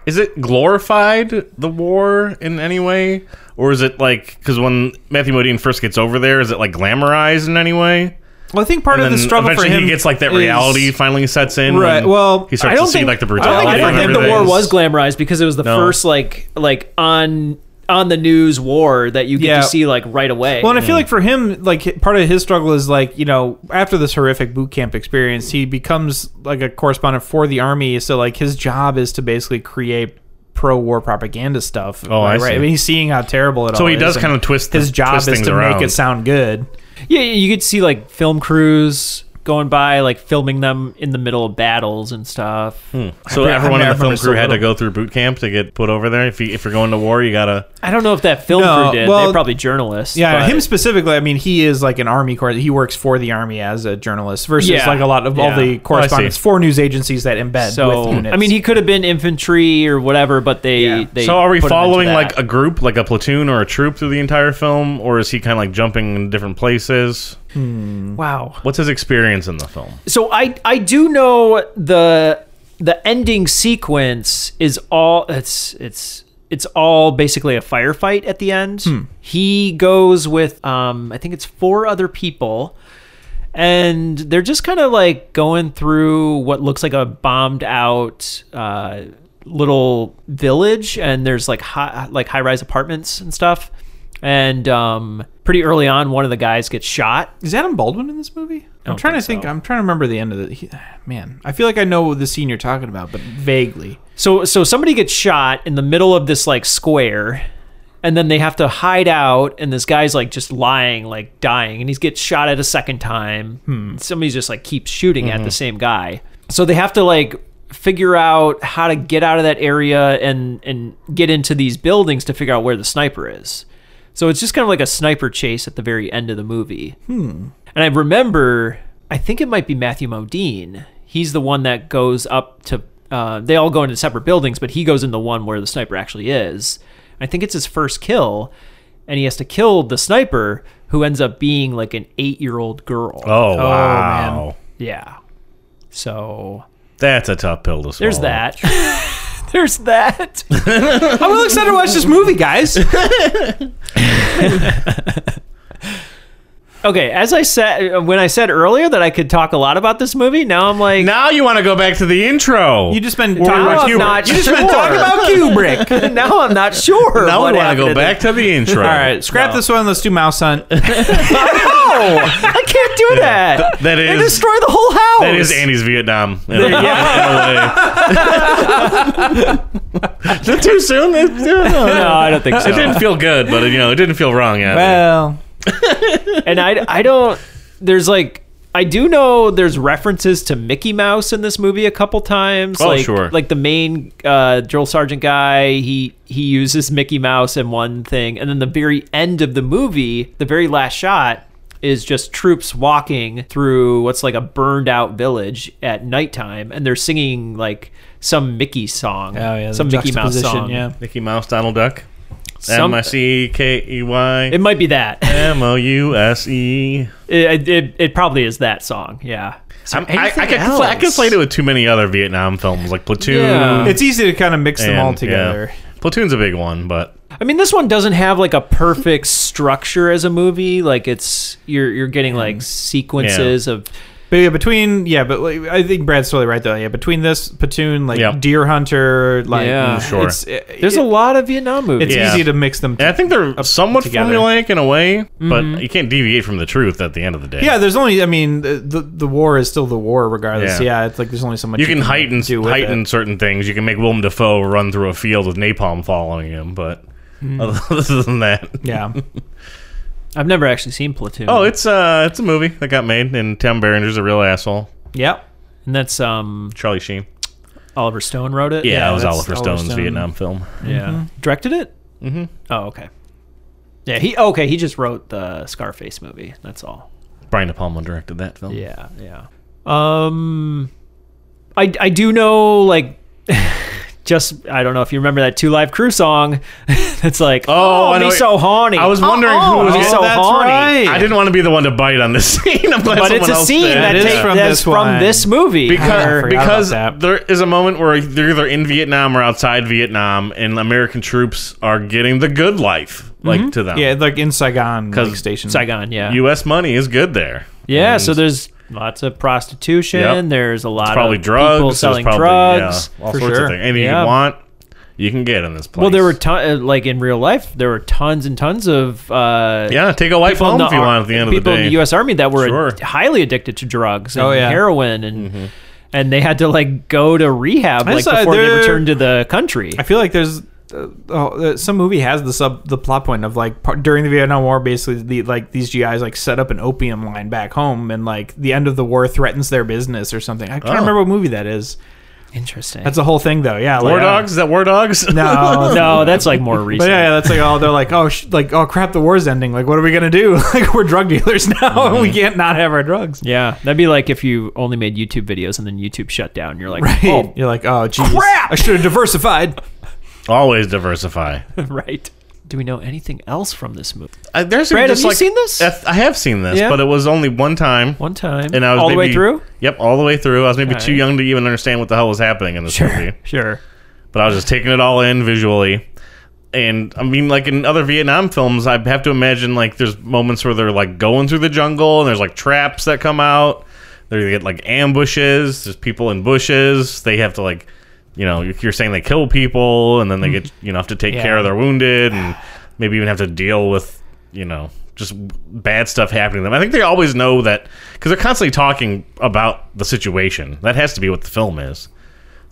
Speaker 1: Is it glorified the war in any way, or is it like because when Matthew Modine first gets over there, is it like glamorized in any way?
Speaker 3: Well, I think part
Speaker 1: And
Speaker 3: of
Speaker 1: then
Speaker 3: the struggle for
Speaker 1: eventually
Speaker 3: him
Speaker 1: he gets like that
Speaker 3: is-
Speaker 1: reality finally sets in.
Speaker 3: Right,
Speaker 1: when
Speaker 3: well,
Speaker 1: he starts
Speaker 2: I don't
Speaker 1: to see
Speaker 2: think-
Speaker 1: like the
Speaker 2: I
Speaker 1: brutality.
Speaker 2: don't think, I
Speaker 1: of
Speaker 2: don't think the war
Speaker 1: everything.
Speaker 2: was glamorized because it was the
Speaker 1: No.
Speaker 2: first like like on on the news war that you get
Speaker 3: Yeah.
Speaker 2: to see like right away.
Speaker 3: Well, and I feel like for him, like hi- part of his struggle is like you know after this horrific boot camp experience, he becomes like a correspondent for the army. So like his job is to basically create pro-war propaganda stuff.
Speaker 1: Oh, I
Speaker 3: right.
Speaker 1: see.
Speaker 3: I mean, he's seeing how terrible it all is.
Speaker 1: So he does
Speaker 3: and
Speaker 1: kind of twist
Speaker 3: his job
Speaker 1: twist
Speaker 3: is
Speaker 1: things
Speaker 3: to
Speaker 1: around.
Speaker 3: make it sound good.
Speaker 2: yeah, yeah, you get to see like film crews going by, like filming them in the middle of battles and stuff.
Speaker 1: So
Speaker 3: I
Speaker 1: everyone
Speaker 3: mean, I
Speaker 1: in the film
Speaker 3: remember so
Speaker 1: crew had to
Speaker 3: little.
Speaker 1: go through boot camp to get put over there. If you, if you're going to war, you gotta.
Speaker 2: I don't know if that film
Speaker 3: No,
Speaker 2: crew did.
Speaker 3: well,
Speaker 2: They're probably journalists.
Speaker 3: Yeah,
Speaker 2: but-
Speaker 3: him specifically. I mean, he is like an army corps. He works for the army as a journalist versus
Speaker 2: Yeah.
Speaker 3: like a lot of
Speaker 2: Yeah.
Speaker 3: all
Speaker 1: Oh,
Speaker 3: the correspondents for news agencies that embed.
Speaker 2: So
Speaker 3: with units.
Speaker 2: I mean, he could have been infantry or whatever, but they.
Speaker 3: Yeah.
Speaker 2: they
Speaker 1: So are we
Speaker 2: put him into
Speaker 1: following
Speaker 2: that.
Speaker 1: like a group, like a platoon or a troop through the entire film, or is he kind of like jumping in different places?
Speaker 2: wow?
Speaker 1: What's his experience in the film?
Speaker 2: So I I do know the the ending sequence is all it's it's it's all basically a firefight at the end. He goes with um I think it's four other people and they're just kind of like going through what looks like a bombed out uh, little village, and there's like high like high rise apartments and stuff. And um, pretty early on, one of the guys gets shot.
Speaker 3: Is Adam Baldwin in this movie? I'm trying to think. I'm trying to remember the end of the. He, man, I feel like I know the scene you're talking about, but vaguely.
Speaker 2: So so somebody gets shot in the middle of this like square. And then they have to hide out, and this guy's like just lying, like dying, and he's gets shot at a second time. And Somebody's just like keeps shooting at the same guy, so they have to like figure out how to get out of that area and and get into these buildings to figure out where the sniper is. So it's just kind of like a sniper chase at the very end of the movie. And I remember, I think it might be Matthew Modine. He's the one that goes up to. Uh, they all go into separate buildings, but he goes in the one where the sniper actually is. I think it's his first kill, and he has to kill the sniper, who ends up being like an eight-year-old girl.
Speaker 1: Oh, wow,
Speaker 2: Yeah. So
Speaker 1: that's a tough pill to swallow.
Speaker 2: there's that. <laughs> there's that.
Speaker 3: I'm really excited to watch this movie, guys.
Speaker 2: <laughs> Okay, as I said uh, when I said earlier that I could talk a lot about this movie, now I'm like,
Speaker 1: Now you want to go back to the intro?
Speaker 3: You just been
Speaker 1: Where we
Speaker 3: talking
Speaker 1: were
Speaker 3: about
Speaker 2: I'm
Speaker 1: Kubrick.
Speaker 2: not
Speaker 3: You just been
Speaker 2: sure.
Speaker 3: talking about
Speaker 2: <laughs>
Speaker 3: Kubrick.
Speaker 2: now I'm not sure.
Speaker 1: now
Speaker 2: what
Speaker 1: we want to
Speaker 2: happened
Speaker 1: go
Speaker 2: in the-
Speaker 1: back to the intro.
Speaker 3: All right, scrap
Speaker 2: No.
Speaker 3: this one. Let's do Mouse Hunt.
Speaker 2: <laughs>
Speaker 1: <laughs>
Speaker 2: No, I can't do that.
Speaker 1: Th- that
Speaker 2: They
Speaker 1: is-
Speaker 2: destroy the whole house.
Speaker 1: That is Andy's
Speaker 2: <laughs>
Speaker 1: Vietnam. In a- in
Speaker 2: <laughs>
Speaker 1: a way. Is it too soon? It,
Speaker 2: No, I don't think
Speaker 1: it didn't
Speaker 2: so.
Speaker 1: feel good, but you know, it didn't feel wrong. Yeah.
Speaker 3: Well,
Speaker 2: and I, I don't. There's like. I do know there's references to Mickey Mouse in this movie a couple times.
Speaker 1: Oh,
Speaker 2: like,
Speaker 1: sure.
Speaker 2: Like the main uh, drill sergeant guy, he he uses Mickey Mouse in one thing, and then the very end of the movie, the very last shot is just troops walking through what's like a burned out village at nighttime, and they're singing like some Mickey song,
Speaker 1: Oh,
Speaker 3: Oh,
Speaker 2: some Mickey Mouse song,
Speaker 3: Yeah.
Speaker 1: Mickey Mouse, Donald Duck.
Speaker 2: Some-
Speaker 1: M I C K E Y
Speaker 2: It might be that. <laughs>
Speaker 1: M O U S E.
Speaker 2: It, it, it probably is that song. Yeah. So
Speaker 1: I'm- I I
Speaker 2: anything
Speaker 1: could confl- I
Speaker 2: else?
Speaker 1: conflate it with too many other Vietnam films like Platoon.
Speaker 2: Yeah.
Speaker 3: It's easy to kind of mix them
Speaker 1: Um, and-
Speaker 3: all together.
Speaker 1: yeah. Platoon's a big one, but
Speaker 2: I mean, this one doesn't have like
Speaker 1: <laughs>
Speaker 2: a perfect structure as a movie. Like it's you're you're getting like sequences of
Speaker 3: But yeah, between yeah, but like, I think Brad's totally right though. Yeah, between this platoon, like
Speaker 1: Yeah.
Speaker 3: Deer Hunter, like mm,
Speaker 2: Yeah.
Speaker 1: Sure.
Speaker 3: it's,
Speaker 2: there's a lot of Vietnam
Speaker 3: It's
Speaker 2: movies.
Speaker 1: Yeah.
Speaker 3: easy to mix them.
Speaker 1: and I think they're somewhat
Speaker 3: together. Mm-hmm.
Speaker 1: formulaic in a way, but you can't deviate from the truth at the end of the day.
Speaker 3: Yeah, there's only. I mean, the the, the war is still the war, regardless.
Speaker 1: Yeah.
Speaker 3: Yeah. it's like there's only so much
Speaker 1: you can heighten
Speaker 3: do with
Speaker 1: heighten
Speaker 3: it.
Speaker 1: certain things. You can make Willem Dafoe run through a field with napalm following him, but other <laughs> than that, <laughs>
Speaker 3: Mm. Yeah,
Speaker 2: I've never actually seen Platoon.
Speaker 1: oh, it's uh, it's a movie that got made, and Tom Berenger's a real asshole.
Speaker 3: yep.
Speaker 2: and that's um
Speaker 1: Charlie Sheen.
Speaker 2: Oliver Stone wrote it.
Speaker 1: Yeah,
Speaker 3: Yeah,
Speaker 1: it was
Speaker 3: that's
Speaker 1: Oliver
Speaker 3: Oliver
Speaker 1: Stone's
Speaker 3: Stone.
Speaker 1: Vietnam film.
Speaker 2: yeah. Directed it. Mm-hmm. Oh, okay. Yeah, he okay. He just wrote the Scarface movie. That's all.
Speaker 1: Brian De Palma directed that film.
Speaker 2: Yeah, yeah. Um, I I do know like. <laughs> Just I don't know if you remember that Two Live Crew song. <laughs> That's like oh,
Speaker 1: I
Speaker 2: me
Speaker 1: know-
Speaker 2: so horny.
Speaker 1: I was wondering who was
Speaker 2: me
Speaker 1: gonna-
Speaker 2: so
Speaker 1: Oh, that's
Speaker 2: horny.
Speaker 3: right.
Speaker 1: I didn't want to be the one to bite on this <laughs> scene. I'm glad
Speaker 2: But
Speaker 1: someone
Speaker 2: it's a
Speaker 1: else
Speaker 2: scene
Speaker 1: did.
Speaker 2: that
Speaker 3: It is
Speaker 2: takes
Speaker 3: from
Speaker 2: from that's
Speaker 3: this
Speaker 2: from
Speaker 3: one.
Speaker 2: this movie.
Speaker 1: because
Speaker 3: forgot
Speaker 1: because
Speaker 3: about that.
Speaker 1: there is a moment where they're either in Vietnam or outside Vietnam, and American troops are getting the good life, like
Speaker 2: Mm-hmm.
Speaker 1: to them.
Speaker 3: Yeah, like in Saigon like,
Speaker 1: Oh. 'Cause
Speaker 3: station.
Speaker 2: Saigon, yeah,
Speaker 1: U.S. money is good there.
Speaker 2: yeah. So there's lots of prostitution.
Speaker 1: Yep.
Speaker 2: There's a lot
Speaker 1: Probably
Speaker 2: of
Speaker 1: drugs,
Speaker 2: people
Speaker 1: there's
Speaker 2: selling
Speaker 1: probably,
Speaker 2: drugs.
Speaker 1: yeah, all
Speaker 3: for
Speaker 1: sorts
Speaker 3: sure.
Speaker 1: of things. Anything
Speaker 2: Yeah.
Speaker 1: you want, you can get in this place.
Speaker 2: Well, there were ton- uh, like in real life, there were tons and tons of uh,
Speaker 1: yeah, take a wife
Speaker 2: people
Speaker 1: home
Speaker 2: in the
Speaker 1: if you
Speaker 2: ar-
Speaker 1: want. At the end of the
Speaker 2: uh, people
Speaker 1: day,
Speaker 2: in the U.S. Army that were
Speaker 1: Sure. Mm-hmm.
Speaker 2: highly addicted to drugs and
Speaker 3: Oh, yeah.
Speaker 2: heroin and. And they had to like go to rehab like
Speaker 3: saw
Speaker 2: before they
Speaker 3: there-
Speaker 2: returned to the country.
Speaker 3: I feel like there's uh, oh, uh, some movie has the sub the plot point of like par- during the Vietnam War, basically the like these GIs like set up an opium line back home, and like the end of the war threatens their business or something. I can't
Speaker 1: Oh.
Speaker 3: remember what movie that is.
Speaker 2: Interesting.
Speaker 3: That's a whole thing though. Yeah, like,
Speaker 1: war
Speaker 3: uh,
Speaker 1: dogs. Is that war dogs?
Speaker 3: <laughs> No,
Speaker 2: <laughs>
Speaker 3: no.
Speaker 2: no, that's like more recent.
Speaker 3: But yeah, yeah, that's like oh, they're like oh, sh- like oh crap, the war's ending. Like what are we gonna do? <laughs> like we're drug dealers now. <laughs> we can't not have our drugs.
Speaker 2: Yeah, that'd be like if you only made YouTube videos and then YouTube shut down. You're like,
Speaker 3: Right. <laughs>
Speaker 2: oh,
Speaker 3: You're like oh geez,
Speaker 2: crap!
Speaker 3: I should have diversified.
Speaker 1: <laughs> Always diversify.
Speaker 2: right. Do we know anything else from this movie?
Speaker 1: Uh, there's
Speaker 2: Brad,
Speaker 1: just
Speaker 2: have you
Speaker 1: like-
Speaker 2: seen this?
Speaker 1: I I have seen this,
Speaker 2: Yeah?
Speaker 1: but it was only one time.
Speaker 2: One time,
Speaker 1: And I was
Speaker 2: all the way
Speaker 1: maybe-
Speaker 2: through.
Speaker 1: Yep, all the way through. I was maybe
Speaker 2: All
Speaker 1: too
Speaker 2: right.
Speaker 1: young to even understand what the hell was happening in this movie,
Speaker 2: sure.
Speaker 1: but I was just taking it all in visually. And I mean, like in other Vietnam films, I have to imagine like there's moments where they're like going through the jungle, and there's like traps that come out. They get like ambushes. There's people in bushes. They have to like, you know, you're you're saying they kill people, and then they
Speaker 2: Mm-hmm.
Speaker 1: get you know have to take care of their wounded, and maybe even have to deal with you know just bad stuff happening to them. I think they always know that because they're constantly talking about the situation. That has to be what the film is.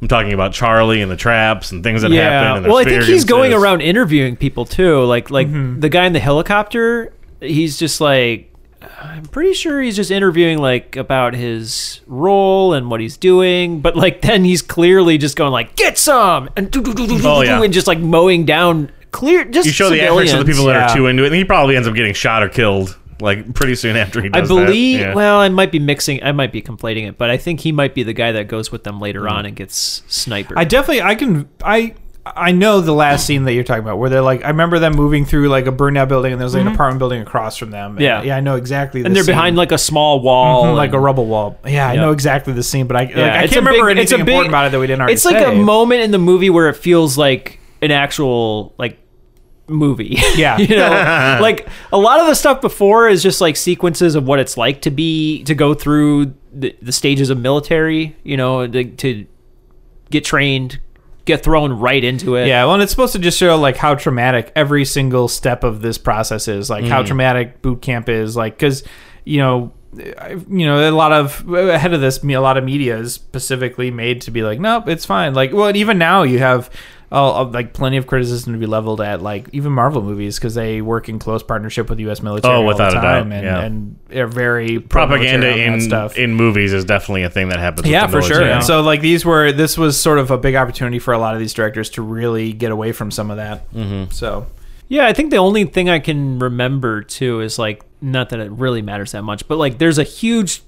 Speaker 1: I'm talking about Charlie and the traps and things that happen.
Speaker 2: Yeah.
Speaker 1: and their
Speaker 2: Well, I think he's going
Speaker 1: experiences.
Speaker 2: around interviewing people too. Like like
Speaker 3: Mm-hmm.
Speaker 2: the guy in the helicopter, he's just like I'm pretty sure he's just interviewing like about his role and what he's doing, but like then he's clearly just going like get some and do do do do do
Speaker 1: Oh,
Speaker 2: do,
Speaker 1: yeah.
Speaker 2: and just like mowing down clear just
Speaker 1: you show the efforts of the
Speaker 2: civilians.
Speaker 1: people that
Speaker 3: yeah.
Speaker 1: are too into it, and he probably ends up getting shot or killed like pretty soon after he
Speaker 2: I
Speaker 1: does that.
Speaker 2: believe.
Speaker 1: Yeah.
Speaker 2: Well, I might be mixing. I might be conflating it, but I think he might be the guy that goes with them
Speaker 1: Mm.
Speaker 2: later on and gets sniper.
Speaker 3: I definitely I can I I know the last scene that you're talking about where they're like I remember them moving through like a burnout building and there's like an apartment building across from them. And,
Speaker 2: Mm-hmm. Yeah.
Speaker 3: yeah, I know exactly.
Speaker 2: and they're behind like a small wall,
Speaker 3: Mm-hmm, like a
Speaker 2: and-
Speaker 3: rubble wall. Yeah, I
Speaker 2: Yeah.
Speaker 3: know exactly the scene, but I like,
Speaker 2: Yeah,
Speaker 3: I
Speaker 2: it's
Speaker 3: can't
Speaker 2: a
Speaker 3: remember
Speaker 2: big- it's a
Speaker 3: anything important
Speaker 2: big-
Speaker 3: about it that we didn't already.
Speaker 2: It's like a
Speaker 3: say.
Speaker 2: moment in the movie where it feels like an actual like movie. <laughs>
Speaker 3: Yeah.
Speaker 2: you know, like a lot of the stuff before is just like sequences of what it's like to be to go through the, the stages of military. You know, to, to get trained, get thrown right into it.
Speaker 3: Yeah, well, and it's supposed to just show like how traumatic every single step of this process is, like
Speaker 1: Mm.
Speaker 3: how traumatic boot camp is, like because you know, I- you know, a lot of ahead of this, me- a lot of media is specifically made to be like, nope, it's fine. Like, well, and even now you have. Oh, uh, like plenty of criticism to be leveled at, like even Marvel movies, because they work in close partnership with U.S. military.
Speaker 1: Oh,
Speaker 3: all the
Speaker 1: without a doubt,
Speaker 3: time, and,
Speaker 1: yeah.
Speaker 3: and they're very
Speaker 1: propaganda
Speaker 3: pro-military on that
Speaker 1: in
Speaker 3: stuff.
Speaker 1: in movies is definitely a thing that happens. with
Speaker 3: Yeah,
Speaker 1: the
Speaker 3: for sure.
Speaker 1: military.
Speaker 3: And so like these were this was sort of a big opportunity for a lot of these directors to really get away from some of that. Mm-hmm. So
Speaker 2: Yeah, I think the only thing I can remember too is like not that it really matters that much, but like there's a huge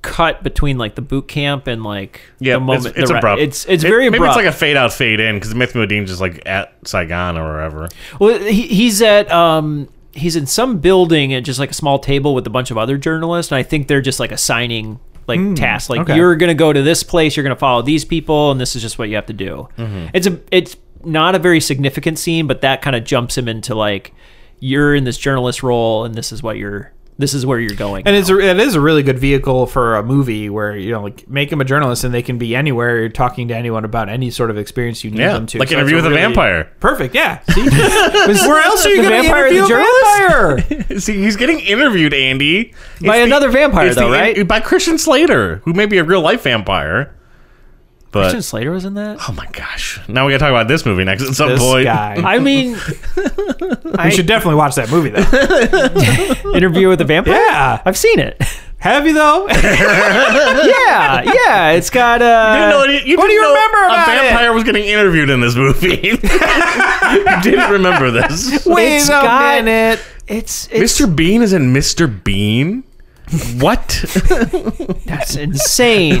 Speaker 2: cut between like the boot camp and like
Speaker 1: yeah,
Speaker 2: the moment.
Speaker 1: it's, it's
Speaker 2: the re-
Speaker 1: abrupt.
Speaker 2: It's it's
Speaker 1: It-
Speaker 2: very
Speaker 1: maybe
Speaker 2: abrupt.
Speaker 1: it's like a fade out, fade in because Mithra Modine's just like at Saigon or wherever.
Speaker 2: well, he, he's at um he's in some building at just like a small table with a bunch of other journalists, and I think they're just like assigning like
Speaker 1: Hmm,
Speaker 2: tasks. Like
Speaker 3: okay.
Speaker 2: you're gonna go to this place, you're gonna follow these people, and this is just what you have to do.
Speaker 1: Mm-hmm.
Speaker 2: It's a it's not a very significant scene, but that kind of jumps him into like you're in this journalist role, and this is what you're. This is where you're going.
Speaker 3: and it's a, it is a really good vehicle for a movie where you know like make them a journalist and they can be anywhere you're talking to anyone about any sort of experience you need
Speaker 1: Yeah,
Speaker 3: them to.
Speaker 1: like
Speaker 3: So
Speaker 1: Interview
Speaker 3: it's
Speaker 1: with a
Speaker 3: really-
Speaker 1: vampire. <laughs>
Speaker 3: Perfect. Yeah. See? where else are you
Speaker 2: The
Speaker 3: going to
Speaker 2: vampire the
Speaker 3: interview a
Speaker 2: journalist?
Speaker 3: vampire?
Speaker 1: See, he's getting interviewed, Andy, It's
Speaker 2: By another vampire,
Speaker 1: it's
Speaker 2: though, right?
Speaker 1: By Christian Slater, who may be a real life vampire. But
Speaker 2: Christian Slater was in that.
Speaker 1: <laughs> oh my gosh, now we got to talk about this movie next at some
Speaker 3: <laughs> This
Speaker 1: point.
Speaker 3: guy.
Speaker 2: I mean,
Speaker 3: You should definitely watch that movie
Speaker 2: <laughs>
Speaker 3: though.
Speaker 2: Interview with the Vampire.
Speaker 3: yeah.
Speaker 2: I've seen it. <laughs>
Speaker 3: Have you though?
Speaker 2: Yeah, yeah. It's got uh,
Speaker 1: You didn't know any- you
Speaker 3: what do
Speaker 1: didn't
Speaker 3: you
Speaker 1: know
Speaker 3: remember about
Speaker 1: a vampire was getting interviewed in this movie. <laughs> you didn't remember this.
Speaker 3: Wait
Speaker 2: It's
Speaker 3: a
Speaker 2: got-
Speaker 3: minute.
Speaker 1: <laughs>
Speaker 2: It's, it's
Speaker 1: Mr. Bean is in Mr. Bean? What?
Speaker 2: that's insane.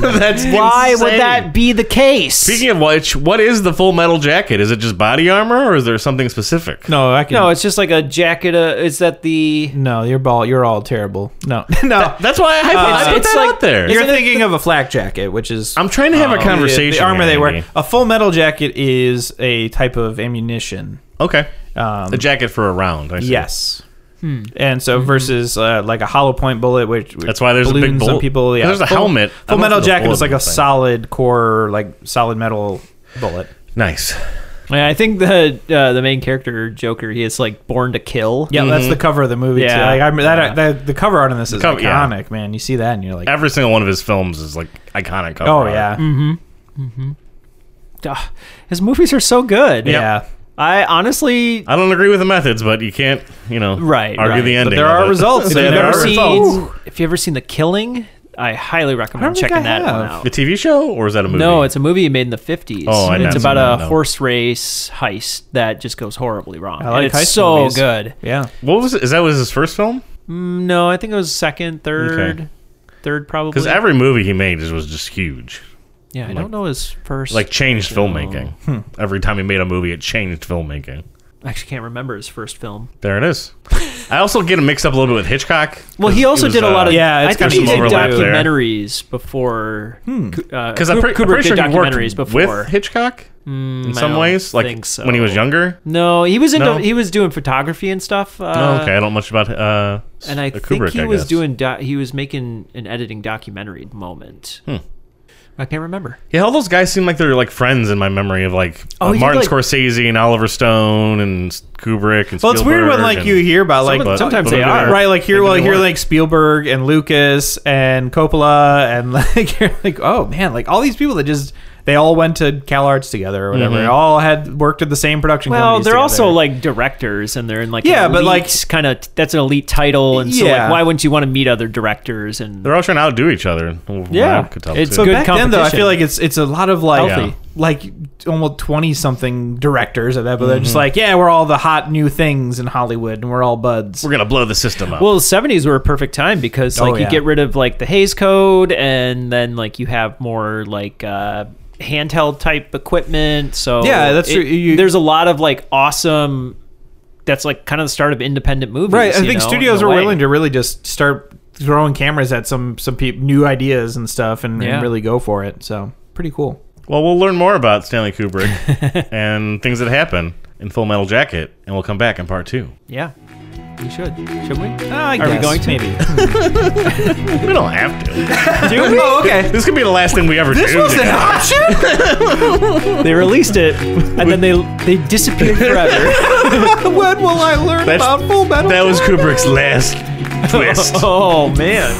Speaker 1: <laughs> That's
Speaker 2: Why
Speaker 1: insane.
Speaker 2: would that be the case?
Speaker 1: Speaking of which, what is the full metal jacket? Is it just body armor or is there something specific?
Speaker 3: No, I can.
Speaker 2: no, it's just like a jacket. Uh, is that the?
Speaker 3: no, you're ball. You're all terrible.
Speaker 2: <laughs>
Speaker 3: No, no.
Speaker 1: That's why I, I put
Speaker 2: it's
Speaker 1: that
Speaker 2: like-
Speaker 1: out there.
Speaker 3: Uh, You're
Speaker 2: Isn't it
Speaker 3: thinking of a flak jacket, which is
Speaker 1: I'm trying to have a
Speaker 3: the-
Speaker 1: conversation.
Speaker 3: The armor
Speaker 1: here,
Speaker 3: they wear.
Speaker 1: Andy.
Speaker 3: A full metal jacket is a type of ammunition.
Speaker 1: Okay.
Speaker 3: Um,
Speaker 1: the jacket for a round. I see.
Speaker 3: yes.
Speaker 2: Hmm.
Speaker 3: And so versus uh, like a hollow point bullet, which
Speaker 1: That's why there's a big
Speaker 3: balloons on
Speaker 1: bullet.
Speaker 3: people. Yeah,
Speaker 1: There's a
Speaker 3: full-
Speaker 1: helmet. I
Speaker 3: Full
Speaker 1: don't know
Speaker 3: metal
Speaker 1: if there's a
Speaker 3: jacket is
Speaker 1: bullet
Speaker 3: like
Speaker 1: in
Speaker 3: a
Speaker 1: the thing.
Speaker 3: solid core, like solid metal bullet.
Speaker 1: Nice.
Speaker 2: And I think the uh, the main character Joker, he is like born to kill.
Speaker 3: Yeah, that's the cover of the movie.
Speaker 2: Yeah.
Speaker 3: too. Like, I, that, that- the cover art on this is
Speaker 1: Mm-hmm. cover- yeah.
Speaker 3: iconic, man. You see that and you're like,
Speaker 1: Every single one of his films is like iconic. cover
Speaker 3: oh
Speaker 1: art.
Speaker 3: yeah,
Speaker 2: Mm. Ugh, his movies are so good.
Speaker 3: yeah.
Speaker 2: I honestly
Speaker 1: I don't agree with the methods, but you can't, you know,
Speaker 2: Right,
Speaker 1: argue
Speaker 2: right.
Speaker 1: the
Speaker 2: But
Speaker 1: ending.
Speaker 3: There
Speaker 1: of
Speaker 3: are
Speaker 1: it. <laughs>
Speaker 3: results.
Speaker 2: if
Speaker 1: There
Speaker 2: you've
Speaker 1: are
Speaker 2: ever
Speaker 1: results.
Speaker 2: seen if you've ever seen The Killing, I highly recommend
Speaker 3: think
Speaker 2: checking
Speaker 3: I
Speaker 2: that one
Speaker 3: have.
Speaker 2: out.
Speaker 1: The TV show, or is that a movie?
Speaker 2: No, it's a movie made in the 50s.
Speaker 1: Oh, I'd
Speaker 2: it's
Speaker 1: not
Speaker 2: about
Speaker 1: seen
Speaker 2: a
Speaker 1: that, no.
Speaker 2: horse race heist that just goes horribly wrong.
Speaker 3: like
Speaker 2: and it's
Speaker 3: heist
Speaker 2: so
Speaker 3: movies.
Speaker 2: good.
Speaker 3: yeah.
Speaker 1: what was it? Is that was his first film?
Speaker 2: No, I think it was second, third,
Speaker 1: Okay.
Speaker 2: third probably.
Speaker 1: Because every movie he made just, was just huge.
Speaker 2: yeah, I don't know his first.
Speaker 1: Like changed
Speaker 2: Oh.
Speaker 1: filmmaking.
Speaker 2: Hmm.
Speaker 1: Every time he made a movie, it changed filmmaking.
Speaker 2: I actually can't remember his first film.
Speaker 1: There it is. I also get him mixed up a little bit with Hitchcock.
Speaker 2: Well, he also did a
Speaker 1: uh,
Speaker 2: lot of
Speaker 3: yeah,
Speaker 2: I
Speaker 3: it's
Speaker 2: think
Speaker 1: got
Speaker 2: he
Speaker 1: some
Speaker 2: did
Speaker 1: overlap there.
Speaker 2: documentaries before. uh,
Speaker 1: because Hmm. I'm, pre- I'm
Speaker 2: Kubrick
Speaker 1: pretty sure
Speaker 2: did
Speaker 1: he worked
Speaker 2: documentaries before.
Speaker 1: with Hitchcock in some
Speaker 2: don't
Speaker 1: ways, like
Speaker 2: think so.
Speaker 1: when he was younger.
Speaker 2: No, he was into
Speaker 1: No?
Speaker 2: he was doing photography and stuff. Uh,
Speaker 1: oh, okay, I don't much about uh,
Speaker 2: and I
Speaker 1: Kubrick.
Speaker 2: think he
Speaker 1: I
Speaker 2: was
Speaker 1: guess.
Speaker 2: doing do- he was making an editing documentary moment.
Speaker 1: Hmm.
Speaker 2: I can't remember.
Speaker 1: Yeah, all those guys seem like they're like friends in my memory of like
Speaker 2: Oh,
Speaker 1: uh,
Speaker 2: he did,
Speaker 1: Martin
Speaker 2: like-
Speaker 1: Scorsese and Oliver Stone and S- Kubrick and
Speaker 3: Well, it's weird when
Speaker 1: Spielberg
Speaker 3: like
Speaker 1: and-
Speaker 3: you hear about like
Speaker 1: But-
Speaker 2: sometimes
Speaker 1: but
Speaker 2: they
Speaker 1: they're-
Speaker 2: are.
Speaker 3: right like here
Speaker 1: They
Speaker 3: well
Speaker 1: do
Speaker 3: here
Speaker 1: work.
Speaker 3: like Spielberg and Lucas and Coppola and <laughs> like you're like oh man like all these people that just they all went to Cal Arts together or whatever
Speaker 1: Mm-hmm.
Speaker 3: all had worked at the same production
Speaker 2: Well,
Speaker 3: companies
Speaker 2: they're also
Speaker 3: together.
Speaker 2: like directors, and they're in like
Speaker 3: Yeah, but, like-
Speaker 2: kind of that's an elite title, and so like
Speaker 3: Yeah.
Speaker 2: why wouldn't you want to meet other directors and
Speaker 1: They're all trying to outdo each other. from what
Speaker 2: Yeah.
Speaker 1: I could tell,
Speaker 2: It's
Speaker 1: too.
Speaker 3: but
Speaker 2: good
Speaker 3: back then though I
Speaker 2: competition.
Speaker 3: feel like it's it's a lot of like
Speaker 2: Healthy.
Speaker 3: like almost 20 something directors of that but they're just
Speaker 1: Mm-hmm.
Speaker 3: like yeah we're all the hot new things in Hollywood and we're all buds
Speaker 1: we're gonna blow the system up.
Speaker 2: Well, the seventies were a perfect time because like
Speaker 3: Oh,
Speaker 2: you
Speaker 3: yeah.
Speaker 2: get rid of like the Hayes Code, and then like you have more like uh, handheld type equipment. So
Speaker 3: Yeah, that's true. You-
Speaker 2: there's a lot of like awesome. That's like kind of the start of independent movies.
Speaker 3: right i
Speaker 2: you
Speaker 3: think
Speaker 2: know,
Speaker 3: studios
Speaker 2: in a
Speaker 3: were
Speaker 2: way.
Speaker 3: willing to really just start throwing cameras at some some peop new ideas and stuff and,
Speaker 2: Yeah.
Speaker 3: and really go for it so pretty cool
Speaker 1: Well, we'll learn more about Stanley
Speaker 3: <laughs>
Speaker 1: Kubrick and things that happen in Full Metal Jacket, and we'll come back in part two.
Speaker 2: Yeah, we should. Should we?
Speaker 3: Ah, I
Speaker 2: Are we
Speaker 3: guess.
Speaker 2: going to?
Speaker 3: maybe <laughs>
Speaker 1: We don't have to.
Speaker 3: do we? Oh, okay
Speaker 1: This could be the last thing we ever
Speaker 3: this
Speaker 1: do.
Speaker 3: was an
Speaker 1: together.
Speaker 2: <laughs>
Speaker 3: option
Speaker 2: they released it, and then they they disappeared forever. <laughs>
Speaker 3: <laughs> when will i learn
Speaker 1: That's-
Speaker 3: about full metal
Speaker 1: that was Kubrick's last
Speaker 3: <laughs>
Speaker 1: twist.
Speaker 2: oh man.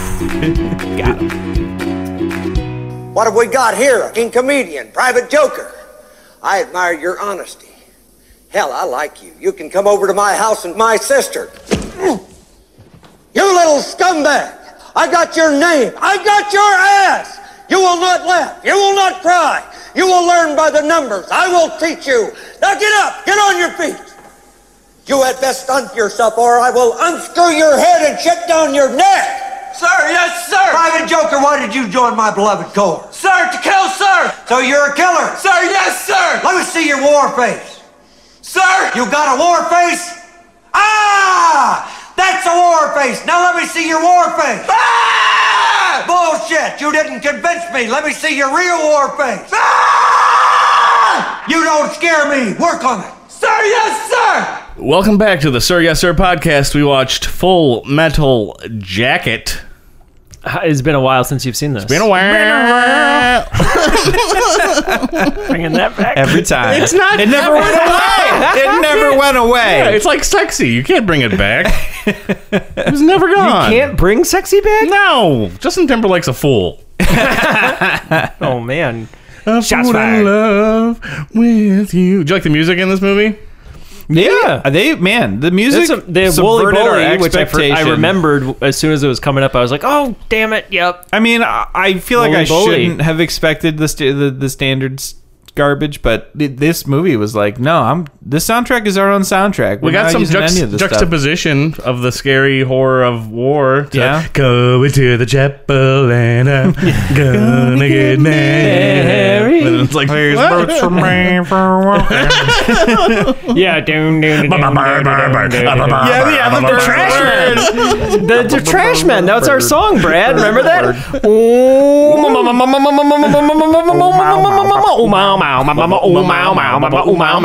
Speaker 8: What have we got here? A king comedian, private joker. I admire your honesty. Hell, I like you. You can come over to my house and my sister. You little scumbag! I got your name. I got your ass. You will not laugh. You will not cry. You will learn by the numbers. I will teach you. Now get up. Get on your feet. You had best untie yourself, or I will unscrew your head and shut down your neck.
Speaker 5: Sir, yes, sir.
Speaker 8: Private Joker, why did you join my beloved corps?
Speaker 5: Sir, to kill, sir.
Speaker 8: So you're a killer.
Speaker 5: Sir, yes, sir.
Speaker 8: Let me see your war face.
Speaker 5: Sir.
Speaker 8: You got a war face? Ah! That's a war face. Now let me see your war face.
Speaker 5: Ah!
Speaker 8: Bullshit. You didn't convince me. Let me see your real war face.
Speaker 5: Ah!
Speaker 8: You don't scare me. Work on it.
Speaker 5: Sir, yes, sir.
Speaker 1: Welcome back to the Sir Yes Sir podcast. We watched Full Metal Jacket.
Speaker 2: It's been a while since you've seen this.
Speaker 1: Been a while.
Speaker 2: Bringing that back.
Speaker 3: every time
Speaker 1: It's not.
Speaker 3: it never went
Speaker 1: <laughs>
Speaker 3: away it never went
Speaker 1: Yeah,
Speaker 3: away
Speaker 1: it's like sexy. You can't bring it
Speaker 3: <laughs>
Speaker 1: back. it was never gone.
Speaker 2: Can't bring sexy back.
Speaker 1: No, Justin Timberlake's a fool.
Speaker 2: Oh man.
Speaker 1: A
Speaker 2: Shots
Speaker 1: fool in
Speaker 2: fired.
Speaker 1: love with you. Do you like the music in this movie?
Speaker 2: Yeah.
Speaker 3: they man the music
Speaker 2: It's a, the Wooly
Speaker 3: subverted our
Speaker 2: Bully, which I, fir- I
Speaker 3: expectations.
Speaker 2: remembered as soon as it was coming up. I was like, "Oh, damn it! Yep."
Speaker 3: I mean, I I feel like
Speaker 2: Bully,
Speaker 3: I
Speaker 2: bully.
Speaker 3: shouldn't have expected the, st- the the standards garbage, but th- this movie was like, no, I'm. This soundtrack is our own soundtrack. We're
Speaker 1: We got
Speaker 3: not
Speaker 1: some
Speaker 3: using
Speaker 1: juxt-
Speaker 3: any of
Speaker 2: <laughs>
Speaker 3: this stuff.
Speaker 1: juxtaposition of the scary horror of war. To
Speaker 3: Yeah.
Speaker 1: Go into the chapel and
Speaker 3: <laughs>
Speaker 1: I'm gonna get married. And it's like,
Speaker 3: Birds <laughs> for me for work.
Speaker 2: Yeah, doom, doom, doom, doom, doom, doom, doom, doom.
Speaker 1: Yeah, yeah,
Speaker 3: I'm the trash
Speaker 2: the, the trash man. That was our song, Brad. Remember that? Oh, meow, meow, meow, meow, meow, meow, meow, meow,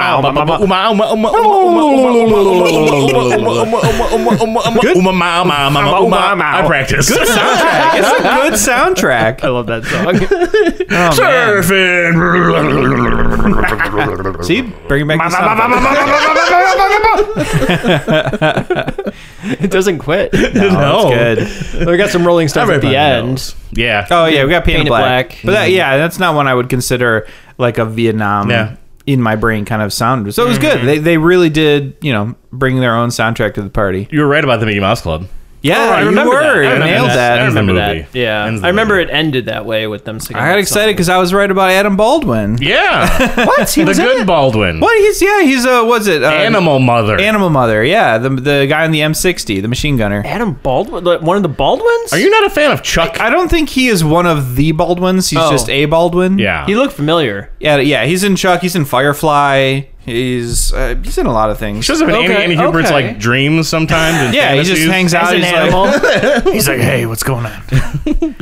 Speaker 2: meow, meow, meow, meow, meow.
Speaker 1: I practice. Good
Speaker 3: soundtrack. It's a good soundtrack.
Speaker 2: I love that song.
Speaker 1: Surfing.
Speaker 3: See, bringing back the sound.
Speaker 2: <laughs> It doesn't quit.
Speaker 1: No.
Speaker 3: It's good.
Speaker 2: We got some Rolling Stones at the
Speaker 1: Everybody
Speaker 2: end.
Speaker 1: Yeah.
Speaker 3: Oh yeah, we got Painted
Speaker 2: Painted
Speaker 3: Black.
Speaker 2: Black.
Speaker 3: But that, yeah, that's not one I would consider like a Vietnam
Speaker 1: Yeah.
Speaker 3: in my brain kind of sound. So it was good. They they really did you know bring their own soundtrack to the party.
Speaker 1: You were right about the Mickey Mouse Club.
Speaker 3: Yeah,
Speaker 2: I
Speaker 3: you
Speaker 2: remember
Speaker 3: were.
Speaker 2: that. I
Speaker 3: You
Speaker 1: remember
Speaker 3: nailed
Speaker 1: that.
Speaker 3: that.
Speaker 1: I
Speaker 3: I,
Speaker 1: remember
Speaker 2: Remember
Speaker 1: movie.
Speaker 2: that? Yeah,
Speaker 1: Ends the
Speaker 2: I remember
Speaker 1: movie.
Speaker 2: it ended that way with them singing.
Speaker 3: got
Speaker 2: that
Speaker 3: excited
Speaker 2: song.
Speaker 3: because I was right about Adam Baldwin.
Speaker 1: Yeah.
Speaker 3: What? He
Speaker 1: The
Speaker 3: was in
Speaker 1: good
Speaker 3: it?
Speaker 1: Baldwin.
Speaker 3: What? He's yeah. He's uh, was it uh,
Speaker 1: Animal Mother.
Speaker 3: Animal Mother. Yeah, the the guy on the M60, the machine gunner.
Speaker 2: Adam Baldwin, like, one of the Baldwins.
Speaker 1: Are you not a fan of Chuck?
Speaker 3: I don't think he is one of the Baldwins. He's
Speaker 2: Oh.
Speaker 3: just a Baldwin.
Speaker 1: Yeah.
Speaker 2: He looked familiar.
Speaker 3: yeah, yeah. He's in Chuck. He's in Firefly. He's uh, he's in a lot of things.
Speaker 1: She doesn't have
Speaker 2: Okay,
Speaker 1: Andy, Andy Hubert's
Speaker 2: okay.
Speaker 1: like dreams sometimes. And
Speaker 3: Yeah, he just
Speaker 1: fantasies.
Speaker 3: hangs out.
Speaker 2: As an
Speaker 3: he's like-
Speaker 2: animal.
Speaker 3: He's like, hey, what's going on? If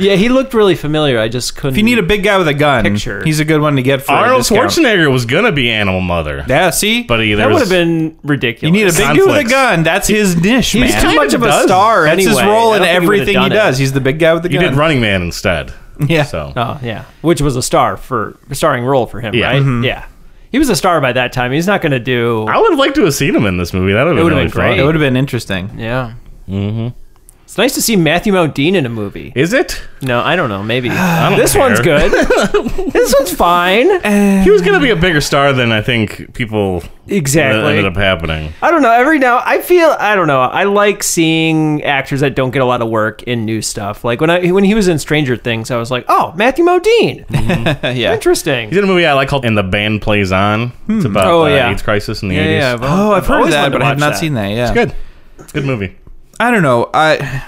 Speaker 2: <laughs> yeah, he looked really familiar. I just couldn't.
Speaker 3: you need a big guy with a gun,
Speaker 2: Picture.
Speaker 3: he's a good one to get for a
Speaker 1: Arnold
Speaker 3: discount.
Speaker 1: Schwarzenegger was gonna be Animal Mother,
Speaker 3: Yeah, see,
Speaker 1: but he there
Speaker 2: that would
Speaker 1: was
Speaker 2: have been
Speaker 3: you
Speaker 2: ridiculous.
Speaker 3: need a big dude with a
Speaker 1: Conflicts.
Speaker 3: gun. That's his niche, man.
Speaker 2: He's too much of a
Speaker 1: does.
Speaker 2: star.
Speaker 3: That's
Speaker 2: anyway.
Speaker 3: his role
Speaker 2: I
Speaker 3: in
Speaker 2: don't think he would've
Speaker 3: everything he
Speaker 2: done it.
Speaker 3: does. He's the big guy with the
Speaker 1: he
Speaker 3: gun.
Speaker 1: did Running Man
Speaker 2: <laughs>
Speaker 1: instead.
Speaker 3: Yeah.
Speaker 1: So
Speaker 2: Oh yeah, which was a star for a starring role for him,
Speaker 1: Yeah. Mm-hmm.
Speaker 2: right? Yeah, he was a star by that time. He's not going to do.
Speaker 1: I would have liked to have seen him in this movie. That would have been,
Speaker 2: would've
Speaker 1: really
Speaker 2: been great.
Speaker 3: It
Speaker 1: fun.
Speaker 3: would have been interesting.
Speaker 2: Yeah. Mm-hmm. It's nice to see Matthew Mount Dean in a movie.
Speaker 1: Is it?
Speaker 2: No, I don't
Speaker 1: <sighs>
Speaker 2: know. Maybe
Speaker 1: don't
Speaker 2: this one's
Speaker 1: care.
Speaker 2: good.
Speaker 1: <laughs>
Speaker 2: this one's fine.
Speaker 1: He was gonna be a bigger star than I think people that ended up happening.
Speaker 2: I don't know. Every now I feel I don't know. I like seeing actors that don't get a lot of work in new stuff. Like when I when he was in Stranger Things, I was like, oh, Matthew Modine,
Speaker 1: Mm-hmm.
Speaker 3: yeah.
Speaker 1: He
Speaker 2: interesting.
Speaker 1: did a movie I like called "And the Band Plays On." It's about
Speaker 2: Oh,
Speaker 1: the
Speaker 2: yeah.
Speaker 1: AIDS crisis in the
Speaker 2: Yeah,
Speaker 1: eighties.
Speaker 2: yeah. I've-
Speaker 3: Oh, I've, heard
Speaker 2: always
Speaker 3: of
Speaker 2: wanted
Speaker 3: that,
Speaker 2: to
Speaker 3: but I have
Speaker 2: watch
Speaker 3: not seen that. Yeah,
Speaker 1: Good, good movie.
Speaker 3: I don't know. I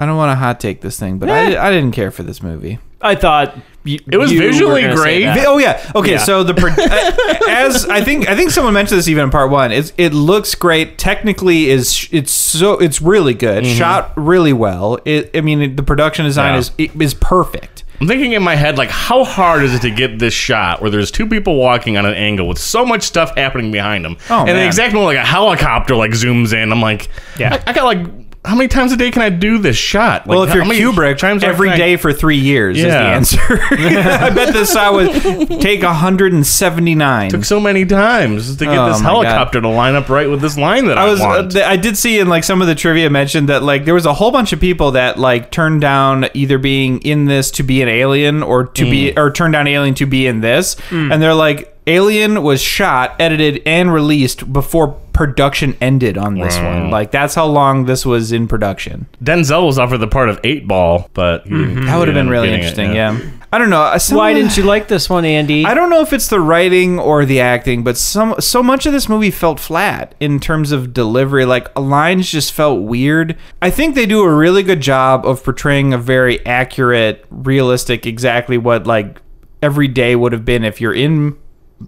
Speaker 3: I don't want to hot take this thing, but
Speaker 2: Eh.
Speaker 3: I, I didn't care for this movie.
Speaker 2: I thought y-
Speaker 1: It was
Speaker 2: you were
Speaker 1: visually
Speaker 2: gonna say
Speaker 1: great.
Speaker 2: that.
Speaker 3: Vi- Oh yeah. Okay.
Speaker 2: Yeah.
Speaker 3: So
Speaker 1: <laughs>
Speaker 3: the pro- uh, as I think I think someone mentioned this even in part one. It's it looks great. Technically, is it's so it's really good. Shot really well. It, I mean, the production design
Speaker 1: Mm-hmm. Yeah.
Speaker 3: is is is perfect.
Speaker 1: I'm thinking in my head, like, how hard is it to get this shot where there's two people walking on an angle with so much stuff happening behind them?
Speaker 3: Oh,
Speaker 1: and
Speaker 3: man.
Speaker 1: the exact moment, like, a helicopter, like, zooms in. I'm like,
Speaker 3: Yeah.
Speaker 1: yeah. I, I got, like, how many times a day can I do this shot? Like,
Speaker 3: Well, if
Speaker 1: how
Speaker 3: you're
Speaker 1: many
Speaker 3: Kubrick,
Speaker 1: times do I
Speaker 3: every
Speaker 1: think I-
Speaker 3: day for three years
Speaker 1: Yeah.
Speaker 3: is the answer. <laughs> I bet this
Speaker 1: <laughs>
Speaker 3: shot would take 179.
Speaker 1: Took so many times to get
Speaker 3: Oh,
Speaker 1: this
Speaker 3: my God.
Speaker 1: helicopter to line up right with this line that I,
Speaker 3: I was uh,
Speaker 1: want.
Speaker 3: th- I did see in like some of the trivia mentioned that like there was a whole bunch of people that like turned down either being in this to be an alien or to
Speaker 1: Mm.
Speaker 3: be or turned down alien to be in this and they're like alien was shot edited and released before production ended on this one like that's how long this was in production
Speaker 1: Denzel was offered the part of Eight Ball, but he didn't-
Speaker 3: Mm-hmm. that
Speaker 1: he
Speaker 3: would
Speaker 1: ended
Speaker 3: have been
Speaker 1: up
Speaker 3: really
Speaker 1: getting it,
Speaker 3: interesting yeah. I don't know I- some-
Speaker 2: Why didn't you like this one, Andy?
Speaker 3: I don't know if it's the writing or the acting, but some so much of this movie felt flat in terms of delivery. Like lines just felt weird. I think they do a really good job of portraying a very accurate, realistic, exactly what like every day would have been if you're in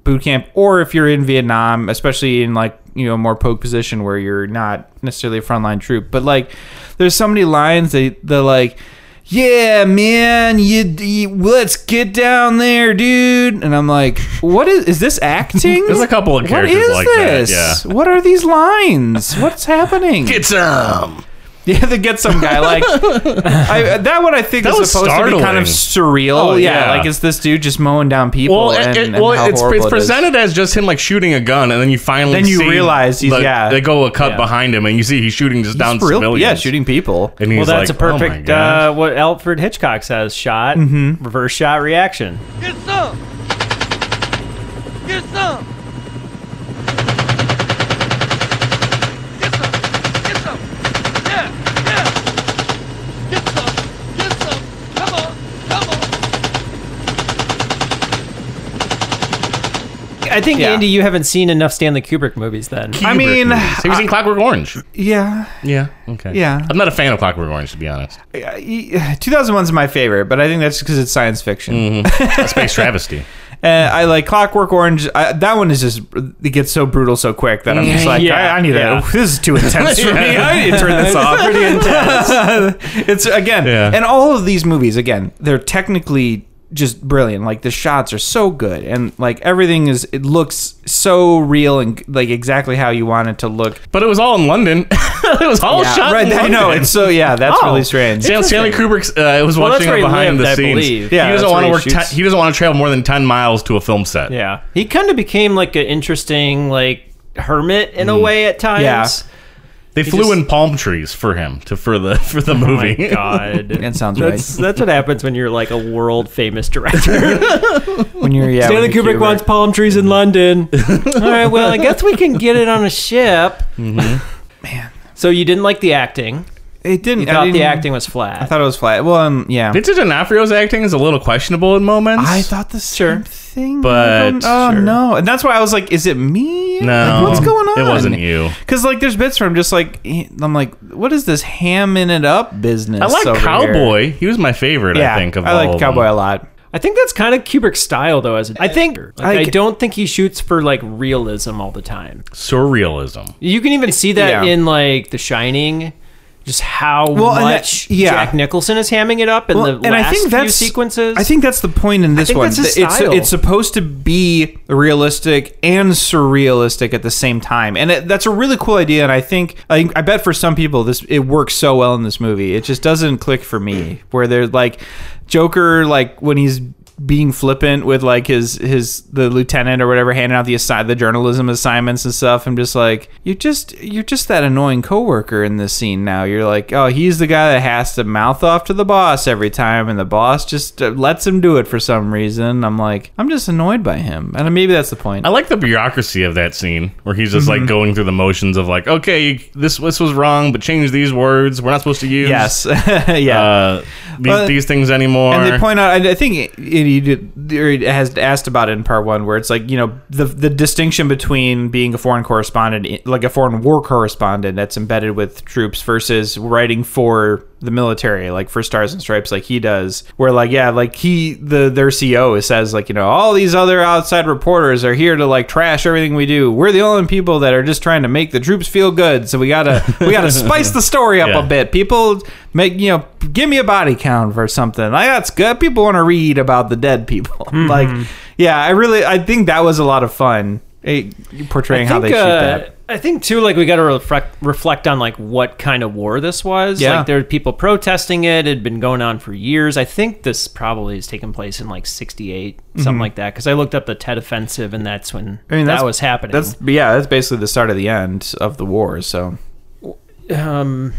Speaker 3: boot camp or if you're in Vietnam, especially in like you know more poke position where you're not necessarily a frontline troop. But like, there's so many lines that the like. Yeah, man, you, you let's get down there, dude. And I'm like, what is is this acting?
Speaker 1: There's a couple of characters
Speaker 3: What is
Speaker 1: like that,
Speaker 3: this?
Speaker 1: yeah.
Speaker 3: What are these lines? What's happening?
Speaker 1: It's um.
Speaker 3: <laughs> yeah, the get some guy like I, that. What I
Speaker 1: <laughs>
Speaker 3: think
Speaker 1: That
Speaker 3: is
Speaker 1: was
Speaker 3: supposed to be kind
Speaker 1: startling.
Speaker 3: of surreal.
Speaker 1: Oh,
Speaker 3: yeah.
Speaker 1: yeah.
Speaker 3: like it's this dude just mowing down people.
Speaker 1: Well,
Speaker 3: and,
Speaker 1: it, it-
Speaker 3: and
Speaker 1: well,
Speaker 3: how
Speaker 1: it's,
Speaker 3: horrible
Speaker 1: it's
Speaker 3: it is.
Speaker 1: presented as just him like shooting a gun, and then you finally
Speaker 3: Then you
Speaker 1: see
Speaker 3: realize he's-
Speaker 1: the-
Speaker 3: yeah.
Speaker 1: they go a cut behind him, and you see he's shooting just down
Speaker 3: It's real-
Speaker 1: civilians.
Speaker 3: yeah, shooting people.
Speaker 1: And he's
Speaker 2: well, that's
Speaker 1: like,
Speaker 2: a perfect
Speaker 1: Oh my
Speaker 2: uh,
Speaker 1: gosh."
Speaker 2: what Alfred Hitchcock says: shot,
Speaker 3: Mm-hmm.
Speaker 2: reverse shot, reaction.
Speaker 5: Get some! Get some! Get some! Get some! Yeah! Yeah! Get some! Get some! Come on! Come on!
Speaker 2: I think
Speaker 3: Yeah.
Speaker 2: Andy, you haven't seen enough Stanley Kubrick movies. Then
Speaker 3: I mean,
Speaker 1: Movies. he was in Clockwork Orange.
Speaker 3: yeah,
Speaker 1: Yeah. Okay.
Speaker 3: Yeah.
Speaker 1: I'm not a fan of Clockwork Orange to be
Speaker 3: <laughs>
Speaker 1: honest.
Speaker 3: 2001's my favorite, but I think that's because it's science fiction.
Speaker 1: A space travesty.
Speaker 3: <laughs> Uh, I like Clockwork Orange. I, that one is just it gets so brutal so quick that I'm
Speaker 1: Mm,
Speaker 3: just like,
Speaker 2: Yeah,
Speaker 3: I, I need
Speaker 2: yeah.
Speaker 3: to. <laughs> This is too intense for me.
Speaker 1: <laughs> Yeah.
Speaker 3: I need to turn this off.
Speaker 1: <laughs>
Speaker 3: pretty intense. it's again,
Speaker 1: Yeah.
Speaker 3: and all of these movies, again, they're technically just brilliant. Like the shots are so good, and like everything is it looks so real and like exactly how you want it to look.
Speaker 1: But it was all in London. <laughs> it was all shot
Speaker 3: right,
Speaker 1: in
Speaker 3: I
Speaker 1: London.
Speaker 3: know it's so yeah. That's
Speaker 2: Oh.
Speaker 3: really strange.
Speaker 1: Stan- Stanley Kubrick uh, was
Speaker 2: Well, that's
Speaker 1: watching
Speaker 2: where
Speaker 1: it
Speaker 2: he
Speaker 1: behind
Speaker 2: lived,
Speaker 1: the
Speaker 2: I
Speaker 1: scenes.
Speaker 2: believe.
Speaker 3: Yeah,
Speaker 1: he doesn't
Speaker 3: that's
Speaker 1: want to
Speaker 3: where
Speaker 1: work.
Speaker 3: he
Speaker 1: Ten,
Speaker 3: shoots.
Speaker 1: he doesn't want to travel more than ten miles to a film set.
Speaker 2: Yeah. He kind of became like an interesting like hermit in
Speaker 3: Mm.
Speaker 2: a way at times.
Speaker 3: Yeah.
Speaker 1: they flew
Speaker 2: just-
Speaker 1: in palm trees for him to for the <laughs> for the
Speaker 2: Oh my
Speaker 1: movie.
Speaker 2: <laughs>
Speaker 1: <laughs>
Speaker 2: god.
Speaker 3: That sounds
Speaker 2: That's
Speaker 3: right.
Speaker 2: that's what happens when you're like a world famous
Speaker 3: <laughs>
Speaker 2: director.
Speaker 3: When you're yeah,
Speaker 2: Stanley
Speaker 3: when you're
Speaker 2: Kubrick wants palm trees
Speaker 3: Mm-hmm.
Speaker 2: in
Speaker 3: <laughs>
Speaker 2: London. All right, well, I guess we can get it on a ship. <laughs> Man.
Speaker 3: Mm-hmm.
Speaker 2: So you didn't like the acting.
Speaker 3: It didn't.
Speaker 2: You thought
Speaker 3: I
Speaker 2: the
Speaker 3: didn't-
Speaker 2: acting was flat.
Speaker 3: I thought it was flat. Well, um, yeah.
Speaker 1: Vincent D'Onofrio's acting is a little questionable in moments.
Speaker 3: I thought the same thing.
Speaker 1: But-
Speaker 3: happened. oh
Speaker 1: Sure.
Speaker 3: no, and that's why I was like, "Is it me?
Speaker 1: No.
Speaker 3: Like, what's going on?
Speaker 1: It wasn't you.
Speaker 3: Because like, there's bits where I'm just like, eh, I'm like, what is this hamming it up business?
Speaker 1: I like
Speaker 3: over here?
Speaker 1: Cowboy. He was my favorite.
Speaker 3: Yeah,
Speaker 1: I think of
Speaker 3: I
Speaker 1: all
Speaker 3: like
Speaker 1: of
Speaker 3: Cowboy
Speaker 1: Them.
Speaker 3: a lot.
Speaker 2: I think that's kind of Kubrick's style, though. As a I think, like, I,
Speaker 3: I-
Speaker 2: don't think he shoots for like realism all the time.
Speaker 1: Surrealism.
Speaker 2: You can even see that
Speaker 3: Yeah.
Speaker 2: in like The Shining, just how
Speaker 3: Well, and that-
Speaker 2: much
Speaker 3: yeah.
Speaker 2: Jack Nicholson is hamming it up in
Speaker 3: Well,
Speaker 2: the last few sequences.
Speaker 3: I think that's the point in this
Speaker 2: think
Speaker 3: one.
Speaker 2: that's his
Speaker 3: That it's
Speaker 2: style.
Speaker 3: it's supposed to be realistic and surrealistic at the same time, and it, that's a really cool idea. And I think I, I bet for some people this it works so well in this movie. It just doesn't click for me. Where they're like Joker, like when he's being flippant with like his his the lieutenant or whatever handing out the assi- the journalism assignments and stuff i'm just like you're just you're just that annoying coworker in this scene now you're like oh he's the guy that has to mouth off to the boss every time and the boss just uh, lets him do it for some reason i'm like i'm just annoyed by him and maybe that's the point
Speaker 1: I like the bureaucracy of that scene where he's just
Speaker 3: Mm-hmm.
Speaker 1: like going through the motions of like, okay, you- this this was wrong, but change these words. We're not supposed to use
Speaker 3: yes <laughs> yeah
Speaker 1: uh, these,
Speaker 3: Well,
Speaker 1: these things anymore.
Speaker 3: And they point out, I I think it, it, you did- or it has asked about it in part one, where it's like you know the the distinction between being a foreign correspondent, like a foreign war correspondent that's embedded with troops, versus writing for the military, like for Stars and Stripes, like he does. Where like yeah, like he the their CO says like you know all these other outside reporters are here to like trash everything we do. We're the only people that are just trying to make the troops feel good, so we gotta we gotta <laughs> spice the story up
Speaker 1: Yeah.
Speaker 3: a bit bit. People make you know, give me a body count for something. Like that's good. People want to read about the dead people. <laughs>
Speaker 2: Mm-hmm.
Speaker 3: Like, yeah, I really, I think that was a lot of fun eh, portraying how they shoot
Speaker 2: uh,
Speaker 3: that.
Speaker 2: I think too, like we got to reflect reflect on like what kind of war this was.
Speaker 3: Yeah.
Speaker 2: Like there were people protesting it; it had been going on for years. I think this probably has taken place in like '68, something like that. Because I looked up the Tet Offensive, and that's when
Speaker 3: Mm-hmm. I mean, that's,
Speaker 2: that was happening.
Speaker 3: That's yeah, that's basically the start of the end of the war. So,
Speaker 2: Um,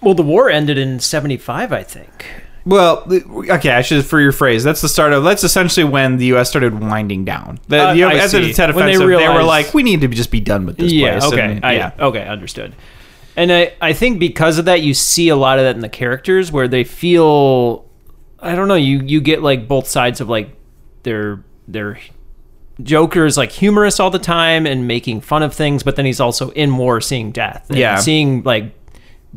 Speaker 2: well, the war ended in '75, I think.
Speaker 3: well, th- okay, I should for your phrase. That's the start of. That's essentially when the U.S. started winding down. The,
Speaker 2: Uh,
Speaker 3: the-
Speaker 2: I
Speaker 3: after the
Speaker 2: see.
Speaker 3: Tet
Speaker 2: When they
Speaker 3: Offensive, they, were
Speaker 2: realized-
Speaker 3: like, we need to just be done with this
Speaker 2: yeah,
Speaker 3: place.
Speaker 2: Okay.
Speaker 3: And,
Speaker 2: I,
Speaker 3: yeah.
Speaker 2: Okay. Understood. And I, I think because of that, you see a lot of that in the characters where they feel, I don't know, you, you get like both sides of like their, their Joker is like humorous all the time and making fun of things, but then he's also in war seeing death. and
Speaker 3: Yeah.
Speaker 2: Seeing like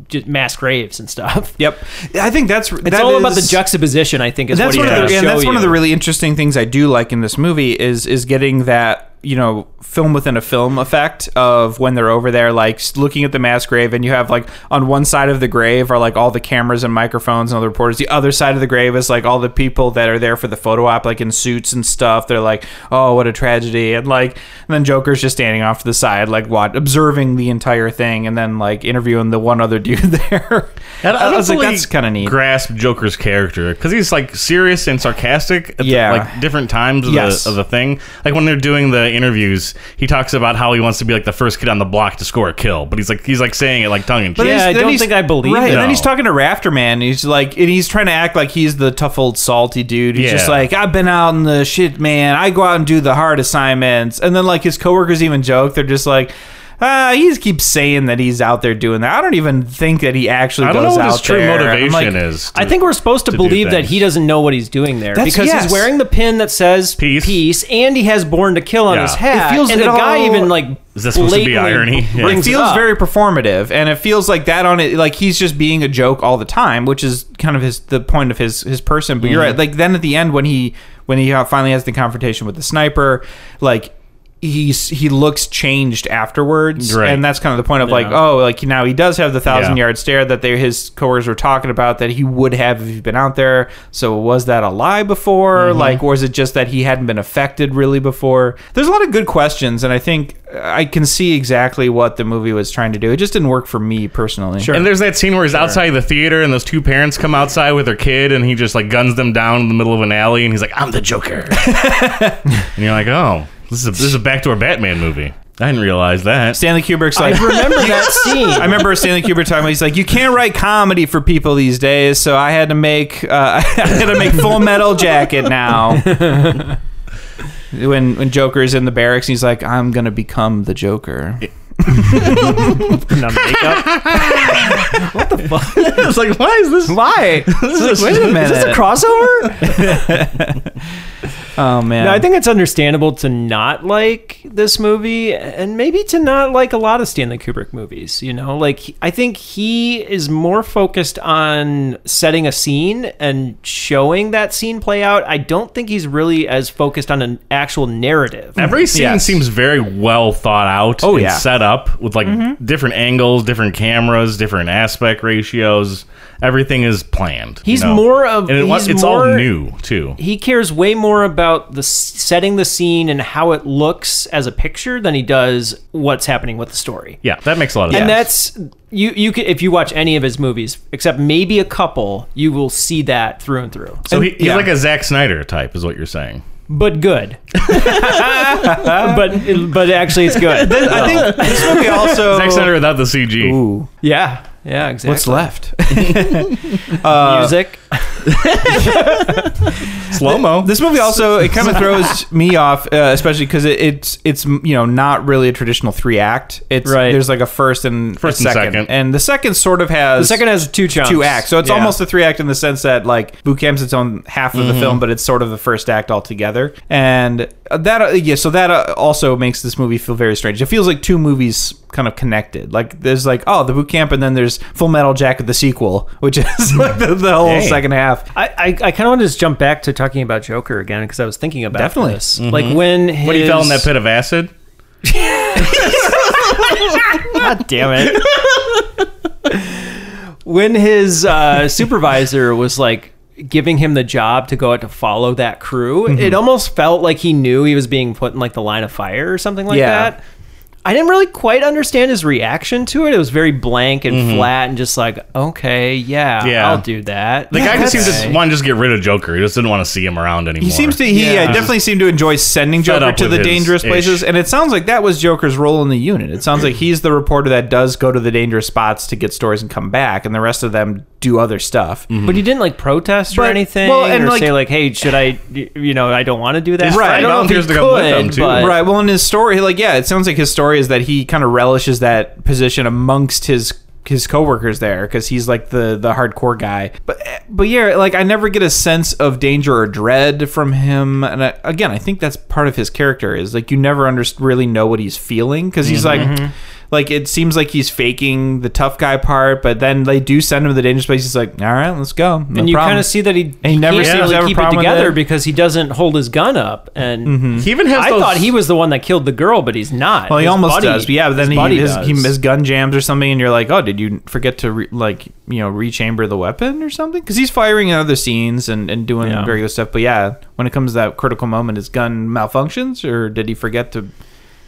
Speaker 2: just mass graves and stuff.
Speaker 3: Yep. I think that's
Speaker 2: It's all about the juxtaposition, I think, is
Speaker 3: that's
Speaker 2: what
Speaker 3: one
Speaker 2: he's
Speaker 3: of the,
Speaker 2: trying
Speaker 3: and
Speaker 2: to show
Speaker 3: that's one of
Speaker 2: you.
Speaker 3: the really interesting things I do like in this movie is is getting that you know film within a film effect of when they're over there like s- looking at the mass grave and you have like on one side of the grave are like all the cameras and microphones and all the reporters the other side of the grave is like all the people that are there for the photo op like in suits and stuff they're like oh what a tragedy and like and then Joker's just standing off to the side like what observing the entire thing and then like interviewing the one other <laughs> dude there
Speaker 1: And I,
Speaker 3: I
Speaker 1: don't
Speaker 3: was like
Speaker 1: fully
Speaker 3: that's kind of neat
Speaker 1: Grasp Joker's character because he's like serious and sarcastic. At
Speaker 3: Yeah.
Speaker 1: the, like different times of,
Speaker 3: Yes.
Speaker 1: the, of the thing. Like when they're doing the interviews, he talks about how he wants to be like the first kid on the block to score a kill, but he's like he's like saying it like tongue in cheek.
Speaker 2: Yeah,
Speaker 3: he's-
Speaker 2: I
Speaker 3: then
Speaker 2: don't
Speaker 3: he's-
Speaker 2: think I believe
Speaker 3: right,
Speaker 2: it.
Speaker 3: And then
Speaker 1: No.
Speaker 3: he's talking to Rafterman. And he's like, and he's trying to act like he's the tough old salty dude. He's
Speaker 1: Yeah.
Speaker 3: just like, I've been out in the shit, man. I go out and do the hard assignments. And then like his coworkers even joke. They're just like. Uh, he just keeps saying that he's out there doing that. I don't even think that he actually
Speaker 1: I don't know
Speaker 3: goes
Speaker 1: what
Speaker 3: out
Speaker 1: his true
Speaker 3: there. I'm
Speaker 1: motivation
Speaker 3: like,
Speaker 1: is. to-
Speaker 2: I think we're supposed to,
Speaker 1: to do
Speaker 2: believe that he
Speaker 1: things.
Speaker 2: doesn't know what he's doing there
Speaker 3: That's-
Speaker 2: because
Speaker 3: yes.
Speaker 2: he's wearing the pin that says
Speaker 1: Peace.
Speaker 2: peace, and he has "Born to Kill" on
Speaker 1: Yeah.
Speaker 2: his hat.
Speaker 3: It feels-
Speaker 2: and
Speaker 3: it
Speaker 2: the guy
Speaker 3: all-
Speaker 2: even like
Speaker 1: Is that supposed to be
Speaker 2: blatantly
Speaker 1: irony? Yeah.
Speaker 2: brings
Speaker 3: It feels
Speaker 2: up.
Speaker 3: very performative, and it feels like that on it. Like he's just being a joke all the time, which is kind of his the point of his his person. But you're right. Like then at the end when he when he uh, finally has the confrontation with the sniper, like he's he looks changed afterwards,
Speaker 1: Right.
Speaker 3: and that's kind of the point of like,
Speaker 2: Yeah.
Speaker 3: oh, like now he does have the thousand
Speaker 1: Yeah.
Speaker 3: yard stare that they, his coworkers were talking about that he would have if he'd been out there. So was that a lie before?
Speaker 2: Mm-hmm.
Speaker 3: Like, or is it just that he hadn't been affected really before? There's a lot of good questions, and I think I can see exactly what the movie was trying to do. It just didn't work for me personally. Sure.
Speaker 1: And there's that scene where he's outside the theater and those two parents come outside with their kid and he just like guns them down in the middle of an alley and he's like, I'm the
Speaker 3: <laughs>
Speaker 1: Joker. and you're like, oh, this is, a, this is a backdoor Batman movie. I didn't realize that.
Speaker 3: Stanley Kubrick's like,
Speaker 2: Remember that
Speaker 3: <laughs>
Speaker 2: scene?
Speaker 3: I remember Stanley Kubrick talking about. He's like, you can't write comedy for people these days, so I had to make uh, <laughs> I had to make Full Metal Jacket now.
Speaker 2: <laughs>
Speaker 3: when when Joker's in the barracks, he's like, I'm gonna become the Joker.
Speaker 1: <laughs> it's like, why is this?
Speaker 3: Why?
Speaker 1: is
Speaker 3: Wait a minute.
Speaker 2: Is this a crossover?
Speaker 3: <laughs> oh man.
Speaker 2: No, I think it's understandable to not like this movie and maybe to not like a lot of Stanley Kubrick movies, you know? Like I think he is more focused on setting a scene and showing that scene play out. I don't think he's really as focused on an actual narrative.
Speaker 1: Every scene
Speaker 3: Yes.
Speaker 1: seems very well thought out
Speaker 3: Oh,
Speaker 1: and
Speaker 3: yeah.
Speaker 1: set up with like different angles, different cameras, different aspect ratios. Everything is planned.
Speaker 2: He's more of-
Speaker 1: and it, wa-
Speaker 2: he's
Speaker 1: it's all
Speaker 2: more-
Speaker 1: new too.
Speaker 2: He cares way more about the s- setting the scene and how it looks as a picture than he does what's happening with the story.
Speaker 1: Yeah, that makes a lot of
Speaker 2: and
Speaker 1: sense.
Speaker 2: that's you you can if you watch any of his movies except maybe a couple you will see that through and through
Speaker 1: so he, he's
Speaker 3: yeah.
Speaker 1: like a Zack Snyder type, is what you're saying. <laughs>
Speaker 2: but good but but actually it's good
Speaker 3: I think this movie
Speaker 2: Oh.
Speaker 1: <laughs>
Speaker 3: also.
Speaker 1: Zack Snyder without the CG.
Speaker 3: Ooh,
Speaker 2: yeah Oh. yeah exactly
Speaker 3: what's <laughs> uh, left?
Speaker 2: music
Speaker 1: Slow mo.
Speaker 3: This movie also it kind of throws me off, uh, especially because it, it's it's you know not really a traditional three act. It's
Speaker 2: Right.
Speaker 3: there's like a first and
Speaker 1: First
Speaker 3: a
Speaker 1: and
Speaker 3: second.
Speaker 1: second.
Speaker 3: and the second sort of has
Speaker 2: the second has two chunks
Speaker 3: two acts. So it's
Speaker 2: Yeah.
Speaker 3: almost a three act in the sense that like boot camp's its own half of the
Speaker 1: Mm-hmm.
Speaker 3: film, but it's sort of the first act altogether. And uh, that uh, yeah, so that uh, also makes this movie feel very strange. It feels like two movies kind of connected. Like there's like oh the boot camp, and then there's Full Metal Jacket the sequel, which is <laughs> like the, the whole
Speaker 1: Dang.
Speaker 3: second half.
Speaker 2: I, I, I kind of want to just jump back to talking about Joker again because I was thinking about
Speaker 3: Definitely. Mm-hmm.
Speaker 2: this. Like when his,
Speaker 1: When he fell in that pit of acid.
Speaker 2: God damn it. <laughs> when his uh, supervisor was like giving him the job to go out to follow that crew,
Speaker 1: Mm-hmm.
Speaker 2: it almost felt like he knew he was being put in like the line of fire or something like
Speaker 3: Yeah.
Speaker 2: that. I didn't really quite understand his reaction to it. It was very blank and flat and just like, okay, yeah,
Speaker 1: Mm-hmm. Yeah.
Speaker 2: I'll do that.
Speaker 1: The
Speaker 2: <laughs>
Speaker 1: guy just seems
Speaker 2: Okay.
Speaker 1: to want to just get rid of Joker. He just didn't want to see him around anymore.
Speaker 3: He seems to he
Speaker 2: Yeah.
Speaker 3: uh, definitely seemed to enjoy sending
Speaker 1: Fed
Speaker 3: Joker
Speaker 1: up
Speaker 3: to
Speaker 1: with
Speaker 3: the
Speaker 1: his
Speaker 3: dangerous
Speaker 1: ish. Mm.
Speaker 3: places, and it sounds like that was Joker's role in the unit. It sounds like he's the reporter that does go to the dangerous spots to get stories and come back, and the rest of them do other stuff.
Speaker 2: But he didn't like protest or
Speaker 3: But-
Speaker 2: anything,
Speaker 3: well, and,
Speaker 2: or
Speaker 3: like-
Speaker 2: say like, "Hey, should I? You know, I don't want to do that."
Speaker 1: His
Speaker 2: Right, I
Speaker 1: friend
Speaker 2: don't know if he
Speaker 1: volunteers to come with
Speaker 2: could,
Speaker 1: him, too.
Speaker 2: but-
Speaker 3: Right. Well, in his story, like yeah, it sounds like his story is that he kind of relishes that position amongst his his coworkers there because he's like the the hardcore guy. But but yeah, like I never get a sense of danger or dread from him. And I, again, I think that's part of his character is like you never under, really know what he's feeling because he's
Speaker 2: Mm-hmm.
Speaker 3: like. Like it seems like he's faking the tough guy part, but then they do send him to the dangerous place. He's like, "All right, let's go." No
Speaker 2: and you
Speaker 3: problem."
Speaker 2: kind of see that he,
Speaker 3: And he never
Speaker 2: can't
Speaker 3: seems to
Speaker 2: really
Speaker 3: have a
Speaker 2: keep it
Speaker 3: problem with
Speaker 2: together
Speaker 3: it. Mm-hmm.
Speaker 2: because he doesn't hold his gun up. And
Speaker 1: He even has.
Speaker 2: I
Speaker 1: those-
Speaker 2: thought he was the one that killed the girl, but he's not.
Speaker 3: Well, he
Speaker 2: His
Speaker 3: almost
Speaker 2: buddy-
Speaker 3: does, but yeah. But then
Speaker 2: buddy
Speaker 3: he, his,
Speaker 2: does.
Speaker 3: he his gun jams or something, and you're like, oh, did you forget to re, like you know rechamber the weapon or something? Because he's firing in other scenes and and doing
Speaker 2: Yeah.
Speaker 3: regular stuff. But yeah, when it comes to that critical moment, his gun malfunctions, or did he forget to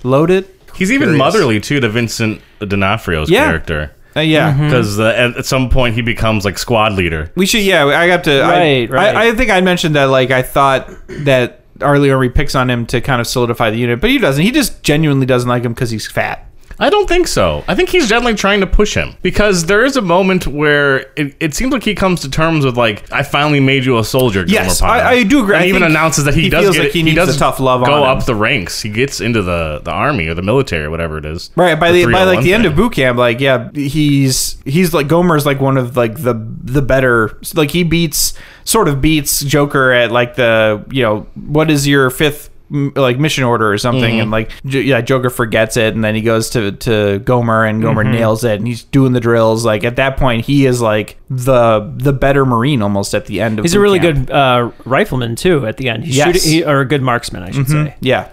Speaker 3: load it?
Speaker 1: He's even
Speaker 3: Curious.
Speaker 1: motherly too to Vincent D'Onofrio's
Speaker 3: Yeah.
Speaker 1: character.
Speaker 2: Mm-hmm.
Speaker 3: Uh, yeah.
Speaker 1: Because at, at some point he becomes like squad leader.
Speaker 3: We should, yeah. I got to. I-
Speaker 2: Right, right.
Speaker 3: I, I think I mentioned that, like, I thought that Arlie Henry picks on him to kind of solidify the unit, but he doesn't. He just genuinely doesn't like him because he's fat.
Speaker 1: I don't think so. I think he's gently trying to push him because there is a moment where it, it seems like he comes to terms with like, I finally made you a soldier. Gilmore
Speaker 3: Yes,
Speaker 1: Pyle."
Speaker 3: I- I do agree.
Speaker 1: And
Speaker 3: I
Speaker 1: even
Speaker 3: think
Speaker 1: announces that he,
Speaker 3: he
Speaker 1: does
Speaker 3: feels
Speaker 1: get
Speaker 3: like
Speaker 1: it-
Speaker 3: he needs the
Speaker 1: does
Speaker 3: tough love
Speaker 1: Go
Speaker 3: on
Speaker 1: up
Speaker 3: him.
Speaker 1: the ranks. He gets into the the army or the military or whatever it is.
Speaker 3: Right by the by,
Speaker 1: 301
Speaker 3: like the end
Speaker 1: thing.
Speaker 3: of
Speaker 2: oh
Speaker 3: boot camp, like yeah, he's he's like Gomer's like one of like the the better like he beats sort of beats Joker at like the you know what is your fifth m- like mission order or
Speaker 2: Mm-hmm.
Speaker 3: something and like J- yeah Joker forgets it and then he goes to to Gomer and Gomer
Speaker 2: Mm-hmm.
Speaker 3: nails it and he's doing the drills like at that point he is like the the better marine almost at the end of
Speaker 2: He's a really good uh, rifleman too. At the end, he's
Speaker 3: Yes.
Speaker 2: shooting, he, or a good marksman, I should say.
Speaker 3: yeah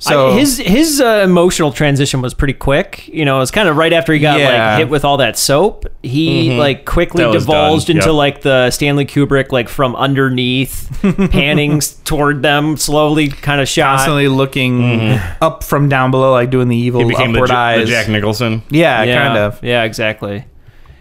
Speaker 3: So
Speaker 2: I, his his uh, emotional transition was pretty quick. You know, it was kind of right after he got
Speaker 3: Yeah. Mm-hmm.
Speaker 2: like hit with all that soap. He like quickly
Speaker 1: That was
Speaker 2: divulged
Speaker 1: done,
Speaker 2: into
Speaker 1: yep.
Speaker 2: like the Stanley Kubrick like from
Speaker 3: <laughs>
Speaker 2: underneath, panning s- toward them slowly, kind of shot.
Speaker 3: constantly looking
Speaker 2: Mm-hmm.
Speaker 3: up from down below, like doing the evil
Speaker 1: oh He became the,
Speaker 3: upward
Speaker 1: J- the
Speaker 3: eyes.
Speaker 1: Jack Nicholson.
Speaker 3: yeah, kind of.
Speaker 2: Yeah, exactly.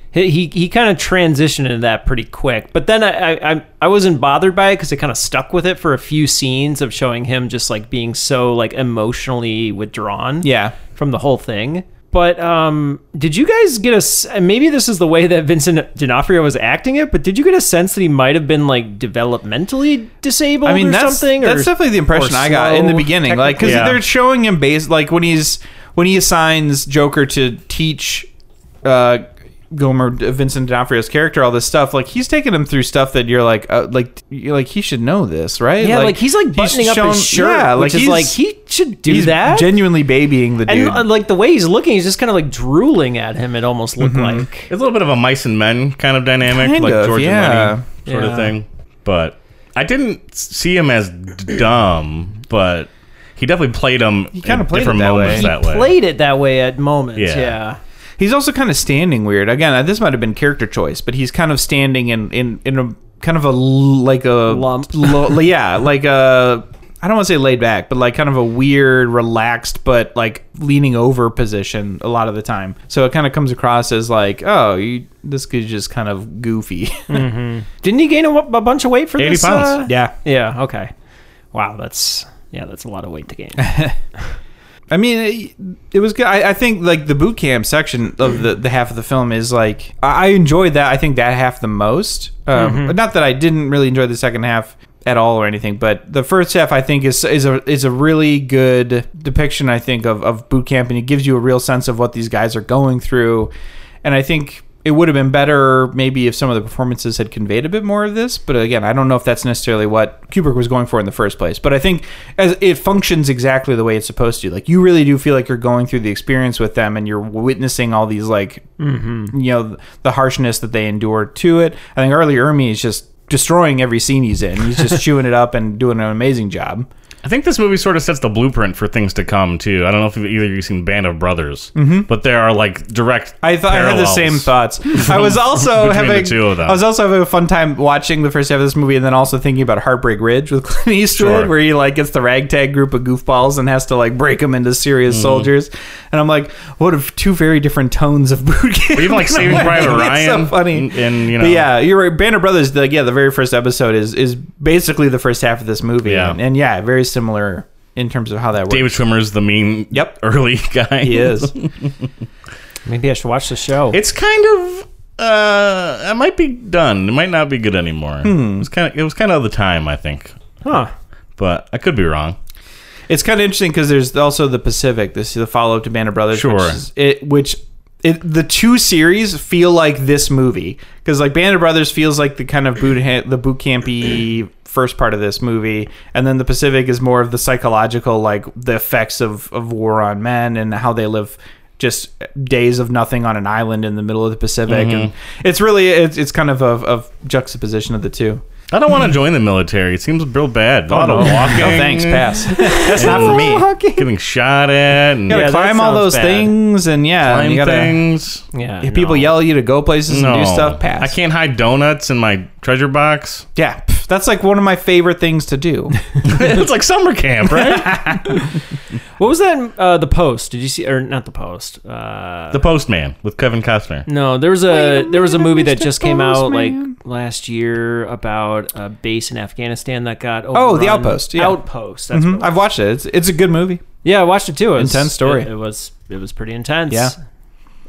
Speaker 2: He he, he kind of transitioned into that pretty quick, but then I I, I, I wasn't bothered by it because it kind of stuck with it for a few scenes of showing him just like being so like emotionally withdrawn.
Speaker 3: Yeah.
Speaker 2: from the whole thing. But um, did you guys get a? s- and Maybe this is the way that Vincent D'Onofrio was acting it, but did you get a sense that he might have been like developmentally disabled
Speaker 3: I mean,
Speaker 2: or
Speaker 3: that's
Speaker 2: something?
Speaker 3: that's
Speaker 2: or,
Speaker 3: definitely the impression
Speaker 2: or
Speaker 3: I got in the
Speaker 2: slow,
Speaker 3: beginning, like because
Speaker 1: Yeah.
Speaker 3: they're showing him based like when he's when he assigns Joker to teach uh, Gomer Vincent D'Onofrio's character all this stuff. Like he's taking him through stuff that you're like uh, like you're like he should know this, right?
Speaker 2: Yeah, like, he's like buttoning up
Speaker 3: shown-
Speaker 2: his shirt,
Speaker 3: yeah,
Speaker 2: which is
Speaker 3: he's-
Speaker 2: like he should do
Speaker 3: he's
Speaker 2: that.
Speaker 3: genuinely babying the dude.
Speaker 2: and uh, like the way he's looking, he's just kind of like drooling at him. It almost looked
Speaker 3: Mm-hmm.
Speaker 2: like.
Speaker 1: It's a little bit of a mice and men kind of dynamic,
Speaker 3: Kind
Speaker 1: like
Speaker 3: of,
Speaker 1: George
Speaker 3: yeah.
Speaker 1: and Lenny sort
Speaker 2: Yeah.
Speaker 1: of thing. But I didn't see him as dumb, but he definitely played him. He
Speaker 3: kinda played it
Speaker 1: different
Speaker 3: that way.
Speaker 1: moments
Speaker 3: He
Speaker 1: that way.
Speaker 2: Played it that way at moments.
Speaker 1: Yeah.
Speaker 2: Yeah.
Speaker 3: He's also kind of standing weird. Again, uh, this might have been character choice, but he's kind of standing in in, in a kind of a l- like a
Speaker 2: Lump.
Speaker 3: <laughs> lo- yeah, like a I don't want to say laid back, but like kind of a weird, relaxed, but like leaning over position a lot of the time. So it kind of comes across as like, oh, you, this dude's just kind of goofy. <laughs>
Speaker 2: Didn't he gain a, wa- a bunch of weight for
Speaker 1: 80
Speaker 2: this?
Speaker 1: pounds.
Speaker 2: uh,
Speaker 3: yeah,
Speaker 2: Yeah. Okay. Wow. That's yeah. That's a lot of weight to
Speaker 3: <sighs>
Speaker 2: gain.
Speaker 3: I mean, it, it was good. I, I think like the boot camp section of the, the half of the film is like I, I enjoyed that. I think that half the most. Um, but Not that I didn't really enjoy the second half at all or anything, but the first half I think is is a is a really good depiction. I think of of boot camp, and it gives you a real sense of what these guys are going through. And I think it would have been better maybe if some of the performances had conveyed a bit more of this but again i don't know if that's necessarily what kubrick was going for in the first place but i think as it functions exactly the way it's supposed to like you really do feel like you're going through the experience with them and you're witnessing all these like you know the harshness that they endure to it i think early ermi is just destroying every scene he's in he's just chewing it up and doing an amazing job
Speaker 1: I think this movie sort of sets the blueprint for things to come too. I don't know if either of you seen Band of Brothers, mm-hmm. but there are like direct.
Speaker 3: I thought I had the same
Speaker 1: parallels.
Speaker 3: thoughts.
Speaker 1: <laughs>
Speaker 3: I was also
Speaker 1: Between
Speaker 3: having
Speaker 1: the two of them.
Speaker 3: I was also having a fun time watching the first half of this movie, and then also thinking about Heartbreak Ridge with <laughs> Clint Eastwood,
Speaker 1: Sure.
Speaker 3: where he like gets the ragtag group of goofballs and has to like break them into
Speaker 1: Mm.
Speaker 3: serious soldiers. And I'm like, what if two very different tones of boot camp?
Speaker 1: Even
Speaker 3: <laughs>
Speaker 1: like Saving Private
Speaker 3: It's so
Speaker 1: Ryan,
Speaker 3: funny.
Speaker 1: and, and, you know,
Speaker 3: But yeah, you're right. Band of Brothers, the, yeah, the very first episode is is basically the first half of this movie,
Speaker 1: Yeah.
Speaker 3: and, and yeah, very similar in terms of how that works.
Speaker 1: David Schwimmer's the mean,
Speaker 3: Yep.
Speaker 1: <laughs> early guy. <laughs>
Speaker 3: he is.
Speaker 2: Maybe I should watch the show.
Speaker 1: It's kind of. Uh, it might be done. It might not be good anymore.
Speaker 3: Hmm.
Speaker 1: It was kind of. It was kind of the time, I think,
Speaker 2: huh.
Speaker 1: but I could be wrong.
Speaker 3: It's kind of interesting because there's also the Pacific. This is the follow up to Band of Brothers.
Speaker 1: Sure.
Speaker 3: which is- it which it, the two series feel like this movie because like Band of Brothers feels like the kind of boot ha- the boot campy first part of this movie, and then the Pacific is more of the psychological like the effects of of war on men and how they live just days of nothing on an island in the middle of the Pacific, and
Speaker 2: Mm-hmm.
Speaker 3: it's really it's, it's kind of a, of juxtaposition of the two.
Speaker 1: I don't want to join the military. It seems real bad. A lot of walking.
Speaker 3: Hmm. Oh, No
Speaker 2: <laughs>
Speaker 3: thanks, pass. That's not for me.
Speaker 1: Getting shot at and
Speaker 3: gotta
Speaker 2: Yeah, that
Speaker 3: climb all
Speaker 2: sounds
Speaker 3: those
Speaker 2: bad.
Speaker 3: things and yeah, and
Speaker 1: climb
Speaker 3: you gotta,
Speaker 1: things.
Speaker 2: Yeah.
Speaker 3: If people
Speaker 2: no.
Speaker 3: yell at you to go places and do stuff, pass.
Speaker 1: I can't hide donuts in my treasure box. <laughs>
Speaker 3: Yeah, pff, that's like one of my favorite things to do.
Speaker 1: it's like summer camp,
Speaker 3: <laughs>
Speaker 1: right?
Speaker 2: What was that? Uh, the post? Did you see? Or not the post? Uh,
Speaker 1: the Postman with Kevin Costner.
Speaker 2: no. There was a there was a movie that just came out like last year about a base in Afghanistan that got
Speaker 3: Oh, The
Speaker 2: overrun.
Speaker 3: Outpost, yeah. Mm-hmm.
Speaker 2: Outpost. That's what it was.
Speaker 3: Hmm? I've watched it. It's, it's a good movie.
Speaker 2: yeah. I watched it too. It was,
Speaker 3: Intense story.
Speaker 2: It, it was it was pretty intense.
Speaker 3: Yeah.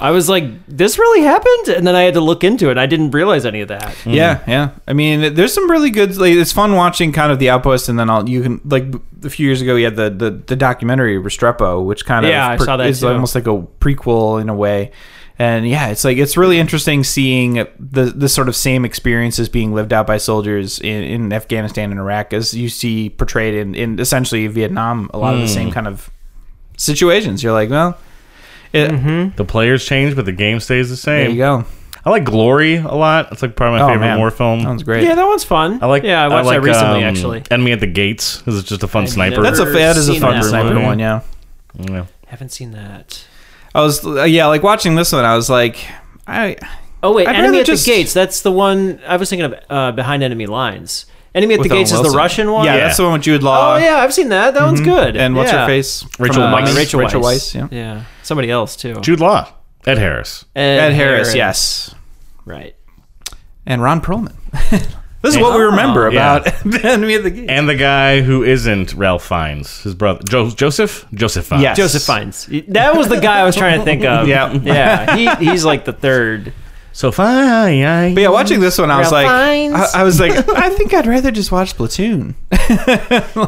Speaker 2: I was like, this really happened, and then I had to look into it. I didn't realize any of that.
Speaker 3: Yeah, yeah. I mean, there's some really good. Like, it's fun watching kind of the outpost, and then I'll you can like a few years ago we had the the, the documentary Restrepo, which kind of
Speaker 2: Yeah, I saw that
Speaker 3: is
Speaker 2: too.
Speaker 3: almost like a prequel in a way. And yeah, it's like it's really interesting seeing the the sort of same experiences being lived out by soldiers in, in Afghanistan and Iraq as you see portrayed in, in essentially Vietnam. A lot of the
Speaker 2: Mm.
Speaker 3: same kind of situations. You're like, well, it,
Speaker 2: Mm-hmm.
Speaker 1: The players change, but the game stays the same.
Speaker 3: there you go.
Speaker 1: I
Speaker 3: Oh,
Speaker 1: I like Glory a lot. It's like probably my favorite
Speaker 3: man.
Speaker 1: war film.
Speaker 3: Sounds great.
Speaker 2: Yeah, that one's fun.
Speaker 1: I like.
Speaker 2: Yeah, I watched
Speaker 1: like,
Speaker 2: that recently
Speaker 1: um,
Speaker 2: actually.
Speaker 1: Enemy at the Gates is just a fun sniper.
Speaker 3: That's a that is a
Speaker 2: Seen
Speaker 3: fun
Speaker 2: that
Speaker 3: sniper
Speaker 1: one.
Speaker 3: one. Yeah.
Speaker 1: yeah.
Speaker 2: Haven't seen that.
Speaker 3: I was uh, yeah like watching this one. I was like, I
Speaker 2: Oh wait,
Speaker 3: I'd
Speaker 2: Enemy
Speaker 3: rather
Speaker 2: at
Speaker 3: just-
Speaker 2: the Gates. That's the one I was thinking of. Uh, Behind Enemy Lines. Enemy at the
Speaker 3: with Owen
Speaker 2: Gates is the
Speaker 3: Wilson.
Speaker 2: Russian one.
Speaker 3: Yeah, that's the one with Jude Law.
Speaker 2: Oh yeah, I've seen that. That one's good.
Speaker 3: And what's
Speaker 2: yeah. Uh,
Speaker 3: her face?
Speaker 1: Rachel
Speaker 3: From, uh,
Speaker 1: Weisz.
Speaker 3: Rachel,
Speaker 2: Rachel
Speaker 3: Weiss. Yeah.
Speaker 2: Yeah, somebody else too.
Speaker 1: Jude Law, Ed Harris.
Speaker 3: Ed Harris. Yes.
Speaker 2: Right.
Speaker 3: And Ron Perlman. <laughs> this is what we remember
Speaker 1: Yeah.
Speaker 3: about <laughs> Enemy of the Game.
Speaker 1: And the guy who isn't Ralph Fiennes, his brother jo- Joseph. Joseph Fiennes.
Speaker 3: Yes.
Speaker 2: Joseph Fiennes. That was the guy I was trying to think of.
Speaker 3: Yeah.
Speaker 2: yeah. He, he's like the third.
Speaker 1: So fine.
Speaker 3: But yeah, watching this one, I was
Speaker 2: Ralph
Speaker 3: like,
Speaker 2: Fiennes.
Speaker 3: I, I <laughs> was like, I think I'd rather just watch <laughs> Platoon.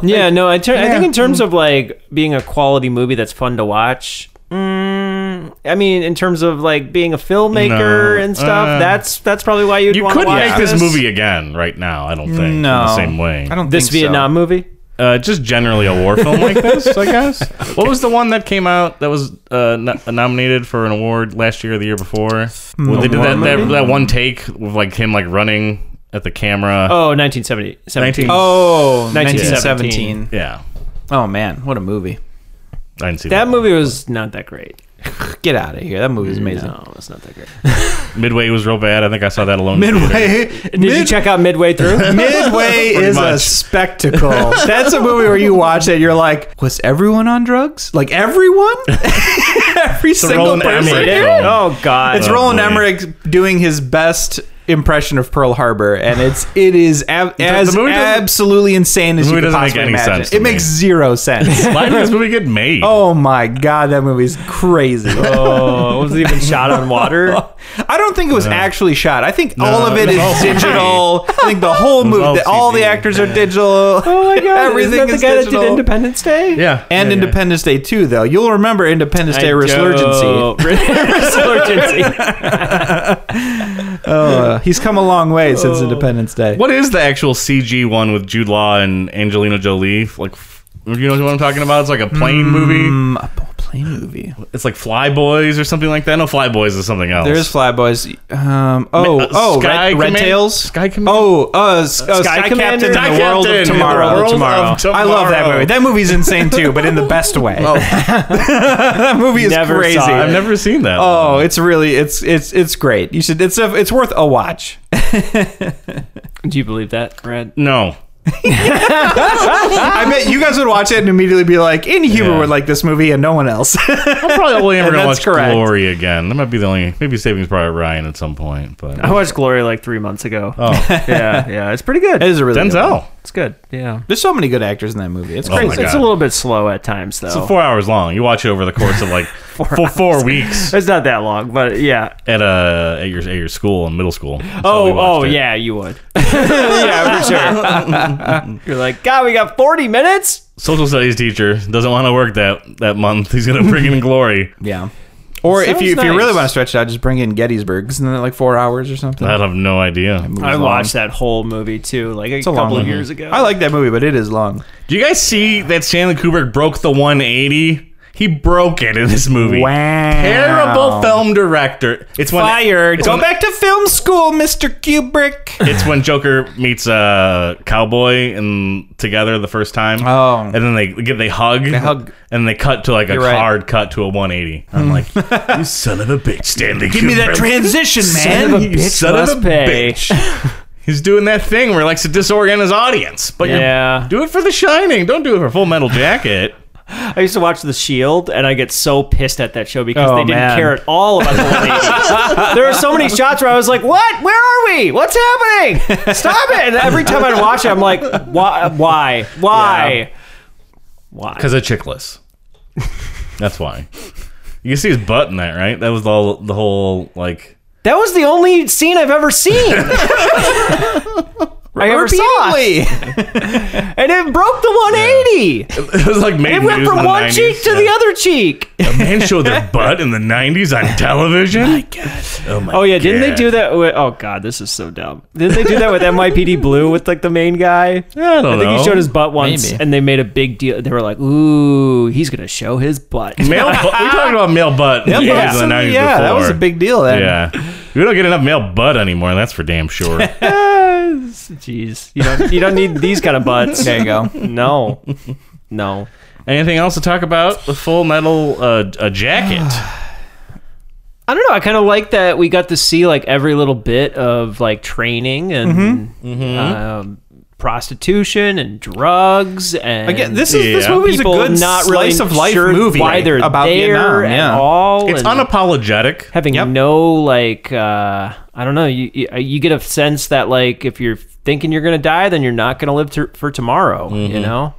Speaker 2: Yeah, no, I, ter- I think in terms of like being a quality movie that's fun to watch. Mm, I mean, in terms of like being a filmmaker
Speaker 1: No.
Speaker 2: and stuff,
Speaker 1: Uh,
Speaker 2: that's that's probably why you'd
Speaker 1: You
Speaker 2: want to
Speaker 1: could
Speaker 2: watch
Speaker 1: make this movie again right now. I don't think. in
Speaker 3: No,
Speaker 1: the same way.
Speaker 3: I don't.
Speaker 2: This
Speaker 3: think so.
Speaker 2: Vietnam movie.
Speaker 1: Uh, just generally a war film like this, I guess. What was the one that came out that was uh, no- nominated for an award last year or the year before? Well, they did
Speaker 3: war
Speaker 1: that, that,
Speaker 3: movie?
Speaker 1: that one take with like him like running at the camera.
Speaker 2: Oh, 1970. 17.
Speaker 1: 19
Speaker 3: Oh,
Speaker 2: 1917.
Speaker 3: 1917.
Speaker 1: yeah,
Speaker 3: Oh man, what a movie!
Speaker 1: I didn't see that.
Speaker 2: That movie was not that great.
Speaker 3: Get out of here. That movie's amazing.
Speaker 2: No, it's not that great.
Speaker 1: Midway was real bad. I think I saw that alone. in the theater.
Speaker 2: Did you check out
Speaker 1: <laughs>
Speaker 2: midway through?
Speaker 3: Midway is a
Speaker 1: much.
Speaker 3: spectacle.
Speaker 1: <laughs>
Speaker 3: That's a movie where you watch it, you're like, was everyone on drugs? Like everyone? <laughs> Every single
Speaker 1: Roland
Speaker 3: person.
Speaker 1: Emmerich
Speaker 3: Yeah.
Speaker 1: film.
Speaker 2: oh God.
Speaker 3: It's
Speaker 1: Oh,
Speaker 3: Roland
Speaker 1: boy.
Speaker 3: Emmerich doing his best impression of Pearl Harbor, and it's it is ab- as
Speaker 1: movie doesn't-
Speaker 3: absolutely insane as
Speaker 1: the
Speaker 3: you
Speaker 1: movie
Speaker 3: could
Speaker 1: doesn't make
Speaker 3: possibly
Speaker 1: any
Speaker 3: imagine.
Speaker 1: sense to
Speaker 3: it makes
Speaker 1: me. <laughs>
Speaker 3: zero sense.
Speaker 1: Why did this movie get made?
Speaker 3: oh my god, that movie's
Speaker 1: <laughs>
Speaker 3: crazy.
Speaker 2: Oh, was it even shot on water?
Speaker 3: <laughs> I don't think it was actually shot. I think all of it is
Speaker 1: no.
Speaker 3: digital. I think the whole movie,
Speaker 1: all
Speaker 3: all, the
Speaker 1: CG.
Speaker 3: actors are digital. Oh
Speaker 2: my God,
Speaker 3: <laughs>
Speaker 2: Isn't
Speaker 3: everything
Speaker 2: that the
Speaker 3: is
Speaker 2: guy
Speaker 3: digital.
Speaker 2: that did Independence Day?
Speaker 1: yeah, yeah, yeah.
Speaker 3: and Independence Day too, though. You'll remember Independence Day
Speaker 2: Oh,
Speaker 3: Resurgency.
Speaker 2: <laughs> Resurgency.
Speaker 3: Uh, he's come a long way since
Speaker 2: Oh.
Speaker 3: Independence Day.
Speaker 1: <laughs> What is the actual CG one with Jude Law and Angelina Jolie? Like, f- you know what I'm talking about? It's like a plane movie.
Speaker 3: Mm, a b- plane movie?
Speaker 1: It's like Fly Boys or something like that. No, Fly Boys is something else.
Speaker 3: There is Flyboys. Um, oh,
Speaker 1: uh,
Speaker 3: oh,
Speaker 1: Sky
Speaker 3: Red, Red
Speaker 1: Command-
Speaker 3: Tails.
Speaker 1: Sky Command-
Speaker 3: Oh, uh, s- uh, Sky,
Speaker 2: Commander? Sky
Speaker 3: Captain. in the world
Speaker 1: Captain
Speaker 3: of
Speaker 1: in the
Speaker 3: tomorrow.
Speaker 1: world of
Speaker 3: tomorrow. I love that
Speaker 1: tomorrow.
Speaker 3: movie. That movie's insane too, but in the best way. <laughs> that movie is
Speaker 2: Never saw
Speaker 3: crazy.
Speaker 2: it.
Speaker 1: I've never seen that.
Speaker 3: Oh, it's really it's it's it's great. You should it's a, it's worth a watch.
Speaker 2: Do you believe that, Brad?
Speaker 1: no.
Speaker 3: I bet you guys would watch it and immediately be like, any human
Speaker 1: Yeah.
Speaker 3: would like this movie and no one else. <laughs>
Speaker 1: I'm probably only ever gonna
Speaker 3: That's
Speaker 1: watch
Speaker 3: correct.
Speaker 1: Glory again. That might be the only. Maybe Savings Private Ryan at some point, but
Speaker 3: Oh.
Speaker 2: I watched Glory like three months <laughs> ago.
Speaker 3: <laughs>
Speaker 1: oh,
Speaker 2: Yeah, yeah, it's pretty good.
Speaker 3: it is a really good one.
Speaker 1: Denzel.
Speaker 2: It's good. Yeah,
Speaker 3: There's so many good actors in that movie. It's
Speaker 1: Oh my
Speaker 3: crazy.
Speaker 2: it's, it's
Speaker 1: God.
Speaker 2: a little bit slow at times though.
Speaker 3: Oh.
Speaker 1: It's four hours long. You watch it over the course of
Speaker 3: <laughs>
Speaker 1: like four, four, weeks
Speaker 2: It's not that long, but yeah.
Speaker 1: at uh at your at your school in middle school. So we
Speaker 2: oh,
Speaker 1: watched
Speaker 2: oh,
Speaker 1: it.
Speaker 2: yeah, you would. <laughs> yeah, for sure. <laughs> You're like, God, we got 40 minutes.
Speaker 1: Social studies teacher doesn't want to work that that month. He's gonna
Speaker 3: <laughs>
Speaker 1: bring in glory.
Speaker 3: yeah. Or if
Speaker 2: Sounds
Speaker 3: you if you really
Speaker 2: nice.
Speaker 3: want to stretch it out, just bring in Gettysburg. Isn't that like four hours or something?
Speaker 1: I have no idea.
Speaker 2: I watched that whole movie too, like a,
Speaker 3: a long
Speaker 2: couple of
Speaker 3: one.
Speaker 2: years ago.
Speaker 3: I like that movie, but it is long.
Speaker 1: Do you guys see that Stanley Kubrick broke the 180? He broke it in this movie. Terrible film director. It's when
Speaker 3: Fired.
Speaker 1: It's
Speaker 3: Go
Speaker 1: when-
Speaker 3: back to film school, Mr. Kubrick.
Speaker 1: It's when Joker meets uh, Cowboy and together the first time.
Speaker 3: Oh.
Speaker 1: and then they get they hug. They
Speaker 3: hug.
Speaker 1: and they cut to like a
Speaker 3: You're right. Hmm.
Speaker 1: hard cut to a 180. I'm like,
Speaker 3: <laughs>
Speaker 1: you son of a bitch, Stanley. Give
Speaker 2: <laughs>
Speaker 3: transition,
Speaker 2: Son of a
Speaker 1: You
Speaker 2: bitch
Speaker 1: son of
Speaker 2: must
Speaker 1: a
Speaker 2: pay.
Speaker 1: bitch. He's doing that thing where he likes to disorient his audience. But you
Speaker 2: Yeah.
Speaker 1: do it for The Shining. Don't do it for Full Metal Jacket.
Speaker 2: I used to watch The Shield, and I get so pissed at that show because
Speaker 3: Oh,
Speaker 2: they didn't
Speaker 3: man.
Speaker 2: care at all about <laughs> the ladies. there are so many shots where I was like, "What? Where are we? What's happening? Stop it!" And every time I'd watch it, I'm like, "Why? Why? Why?" Why?
Speaker 1: Because of Chickless. That's why. You can see his butt in that, right? That was all the whole like. <laughs>
Speaker 2: that was the only scene I've ever seen. I ever saw,
Speaker 3: Repeatedly.
Speaker 2: <laughs> and it broke the 180.
Speaker 1: It was like made
Speaker 2: It went
Speaker 1: news in
Speaker 2: from
Speaker 1: the
Speaker 2: one
Speaker 1: 90s.
Speaker 2: cheek to the
Speaker 1: Yeah.
Speaker 2: other cheek.
Speaker 1: A man showed
Speaker 2: <laughs>
Speaker 1: their butt in the '90s on television. my god! Oh my.
Speaker 2: Oh yeah, didn't they do that? With, oh god, this is so dumb. Didn't they do that <laughs> with NYPD Blue with like the main guy?
Speaker 1: I don't
Speaker 2: I think
Speaker 1: know.
Speaker 2: he
Speaker 1: <laughs>
Speaker 2: showed his butt once,
Speaker 3: Maybe.
Speaker 2: and they made a big deal. They were like, "Ooh, he's gonna show his butt."
Speaker 1: male. butt. we talked about male butt in the
Speaker 3: Yeah,
Speaker 1: 80s and the 90s
Speaker 3: yeah, that
Speaker 1: before.
Speaker 3: was a big deal then.
Speaker 1: Yeah.
Speaker 9: We don't get enough male butt anymore. That's for damn sure.
Speaker 2: <laughs> Jeez, you don't you don't need these kind of butts.
Speaker 3: There you go.
Speaker 2: No, no.
Speaker 9: Anything else to talk about? The Full Metal uh, a
Speaker 2: <sighs>
Speaker 9: Jacket.
Speaker 2: I don't know. I kind of like that we got to see like every little bit of like training and
Speaker 3: Mm-hmm.
Speaker 2: Um, prostitution and drugs and
Speaker 3: <laughs> Again, this is this
Speaker 9: Yeah.
Speaker 3: movie's a
Speaker 2: people
Speaker 3: good
Speaker 2: not
Speaker 3: slice
Speaker 2: really
Speaker 3: of life
Speaker 2: sure
Speaker 3: movie
Speaker 2: why they're
Speaker 3: about
Speaker 2: there
Speaker 3: Vietnam.
Speaker 2: at
Speaker 3: yeah.
Speaker 2: all.
Speaker 9: It's
Speaker 2: and
Speaker 9: unapologetic.
Speaker 2: having
Speaker 3: Yep.
Speaker 2: no like uh, I don't know. You you- you get a sense that like if you're thinking you're gonna die, then you're not gonna live to, for tomorrow. You
Speaker 3: Mm-hmm.
Speaker 2: know.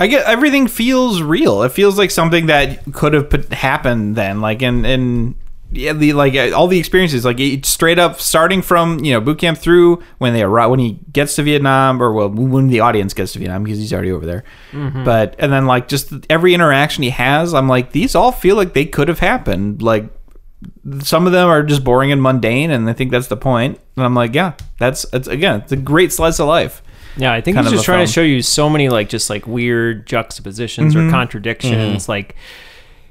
Speaker 3: I get everything feels real. It feels like something that could have put, happened then, like in in yeah, the like uh, all the experiences, like it, straight up starting from you know boot camp through when they arrive when he gets to Vietnam or well when the audience gets to Vietnam because he's already over there. But and then like just every interaction he has, I'm like these all feel like they could have happened. Like some of them are just boring and mundane, and I think that's the point. And I'm like, yeah, that's it's again, it's a great slice of life.
Speaker 2: Yeah, I think
Speaker 3: kind
Speaker 2: he's
Speaker 3: of
Speaker 2: just
Speaker 3: a
Speaker 2: trying to
Speaker 3: film.
Speaker 2: show you so many like just like weird juxtapositions
Speaker 3: Mm-hmm.
Speaker 2: or contradictions, like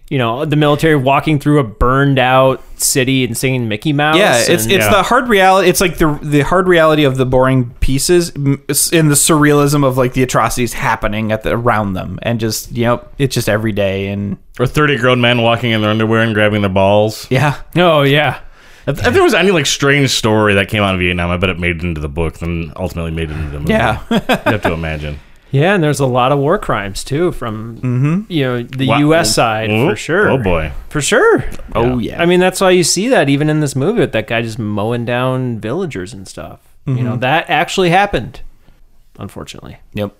Speaker 2: you know the military walking through a burned out city and singing Mickey Mouse.
Speaker 3: Yeah, it's it's
Speaker 2: and-
Speaker 3: the hard reality. It's like the the hard reality of the boring pieces m- s- in the surrealism of like the atrocities happening at the around them, and just you know, it's just every day. And
Speaker 9: Or 30 grown men walking in their underwear and grabbing their balls.
Speaker 3: yeah, <laughs>
Speaker 2: oh yeah.
Speaker 9: If, if there was any like strange story that came out of Vietnam, I bet it made it into the book, then ultimately made it into the movie.
Speaker 3: Yeah.
Speaker 9: you have to
Speaker 1: <laughs>
Speaker 9: imagine.
Speaker 2: Yeah, and there's a lot of war crimes too from
Speaker 3: Mm-hmm.
Speaker 2: you know the
Speaker 9: Wow.
Speaker 2: U.S. side
Speaker 9: Oh,
Speaker 2: for sure.
Speaker 9: Oh boy.
Speaker 2: for sure.
Speaker 3: oh yeah.
Speaker 2: I mean, that's why you see that even in this movie with that guy just mowing down villagers and stuff. You
Speaker 3: Mm-hmm.
Speaker 2: know that actually happened, unfortunately.
Speaker 3: <laughs> yep.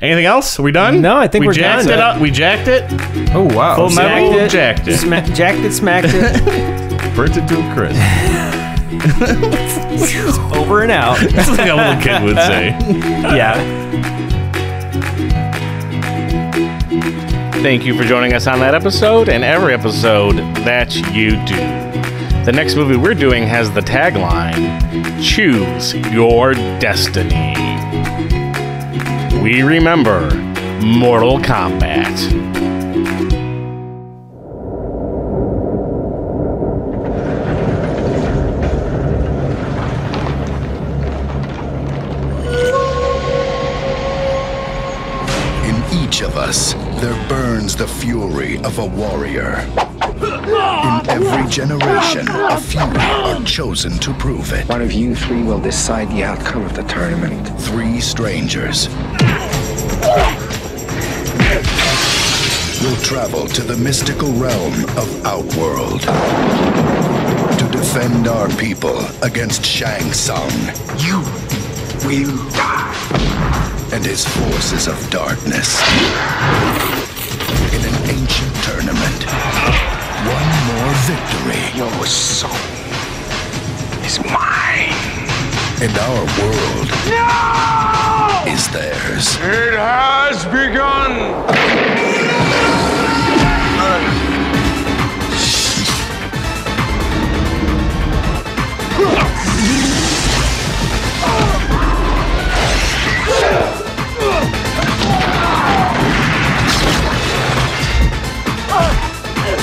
Speaker 9: Anything else? Are we done?
Speaker 2: No, I think
Speaker 9: we
Speaker 2: we're
Speaker 9: jacked
Speaker 2: done.
Speaker 9: it up. We jacked it.
Speaker 3: Oh wow.
Speaker 9: Full metal
Speaker 2: it.
Speaker 9: jacked it.
Speaker 2: Sma- jacked it, smacked it,
Speaker 3: <laughs>
Speaker 9: Burnt it to a crisp.
Speaker 2: over and out.
Speaker 9: <laughs> That's like a little kid would say.
Speaker 2: yeah.
Speaker 1: <laughs> Thank you for joining us on that episode and every episode that you do. The next movie we're doing has the tagline Choose Your Destiny. We remember Mortal Kombat.
Speaker 10: In each of us, there burns the fury of a warrior. In every generation, a few are chosen to prove it.
Speaker 11: One of you three will decide the outcome of the tournament.
Speaker 10: Three strangers will travel to the mystical realm of Outworld to defend our people against Shang Tsung
Speaker 11: You will die.
Speaker 10: and his forces of darkness. In an ancient tournament, one more victory.
Speaker 11: Your soul is mine.
Speaker 10: and our world is theirs.
Speaker 5: It has begun.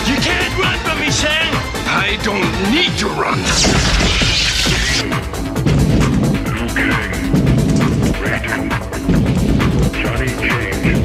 Speaker 11: You can't run from me, Shang! I don't need to run.
Speaker 10: Johnny Cage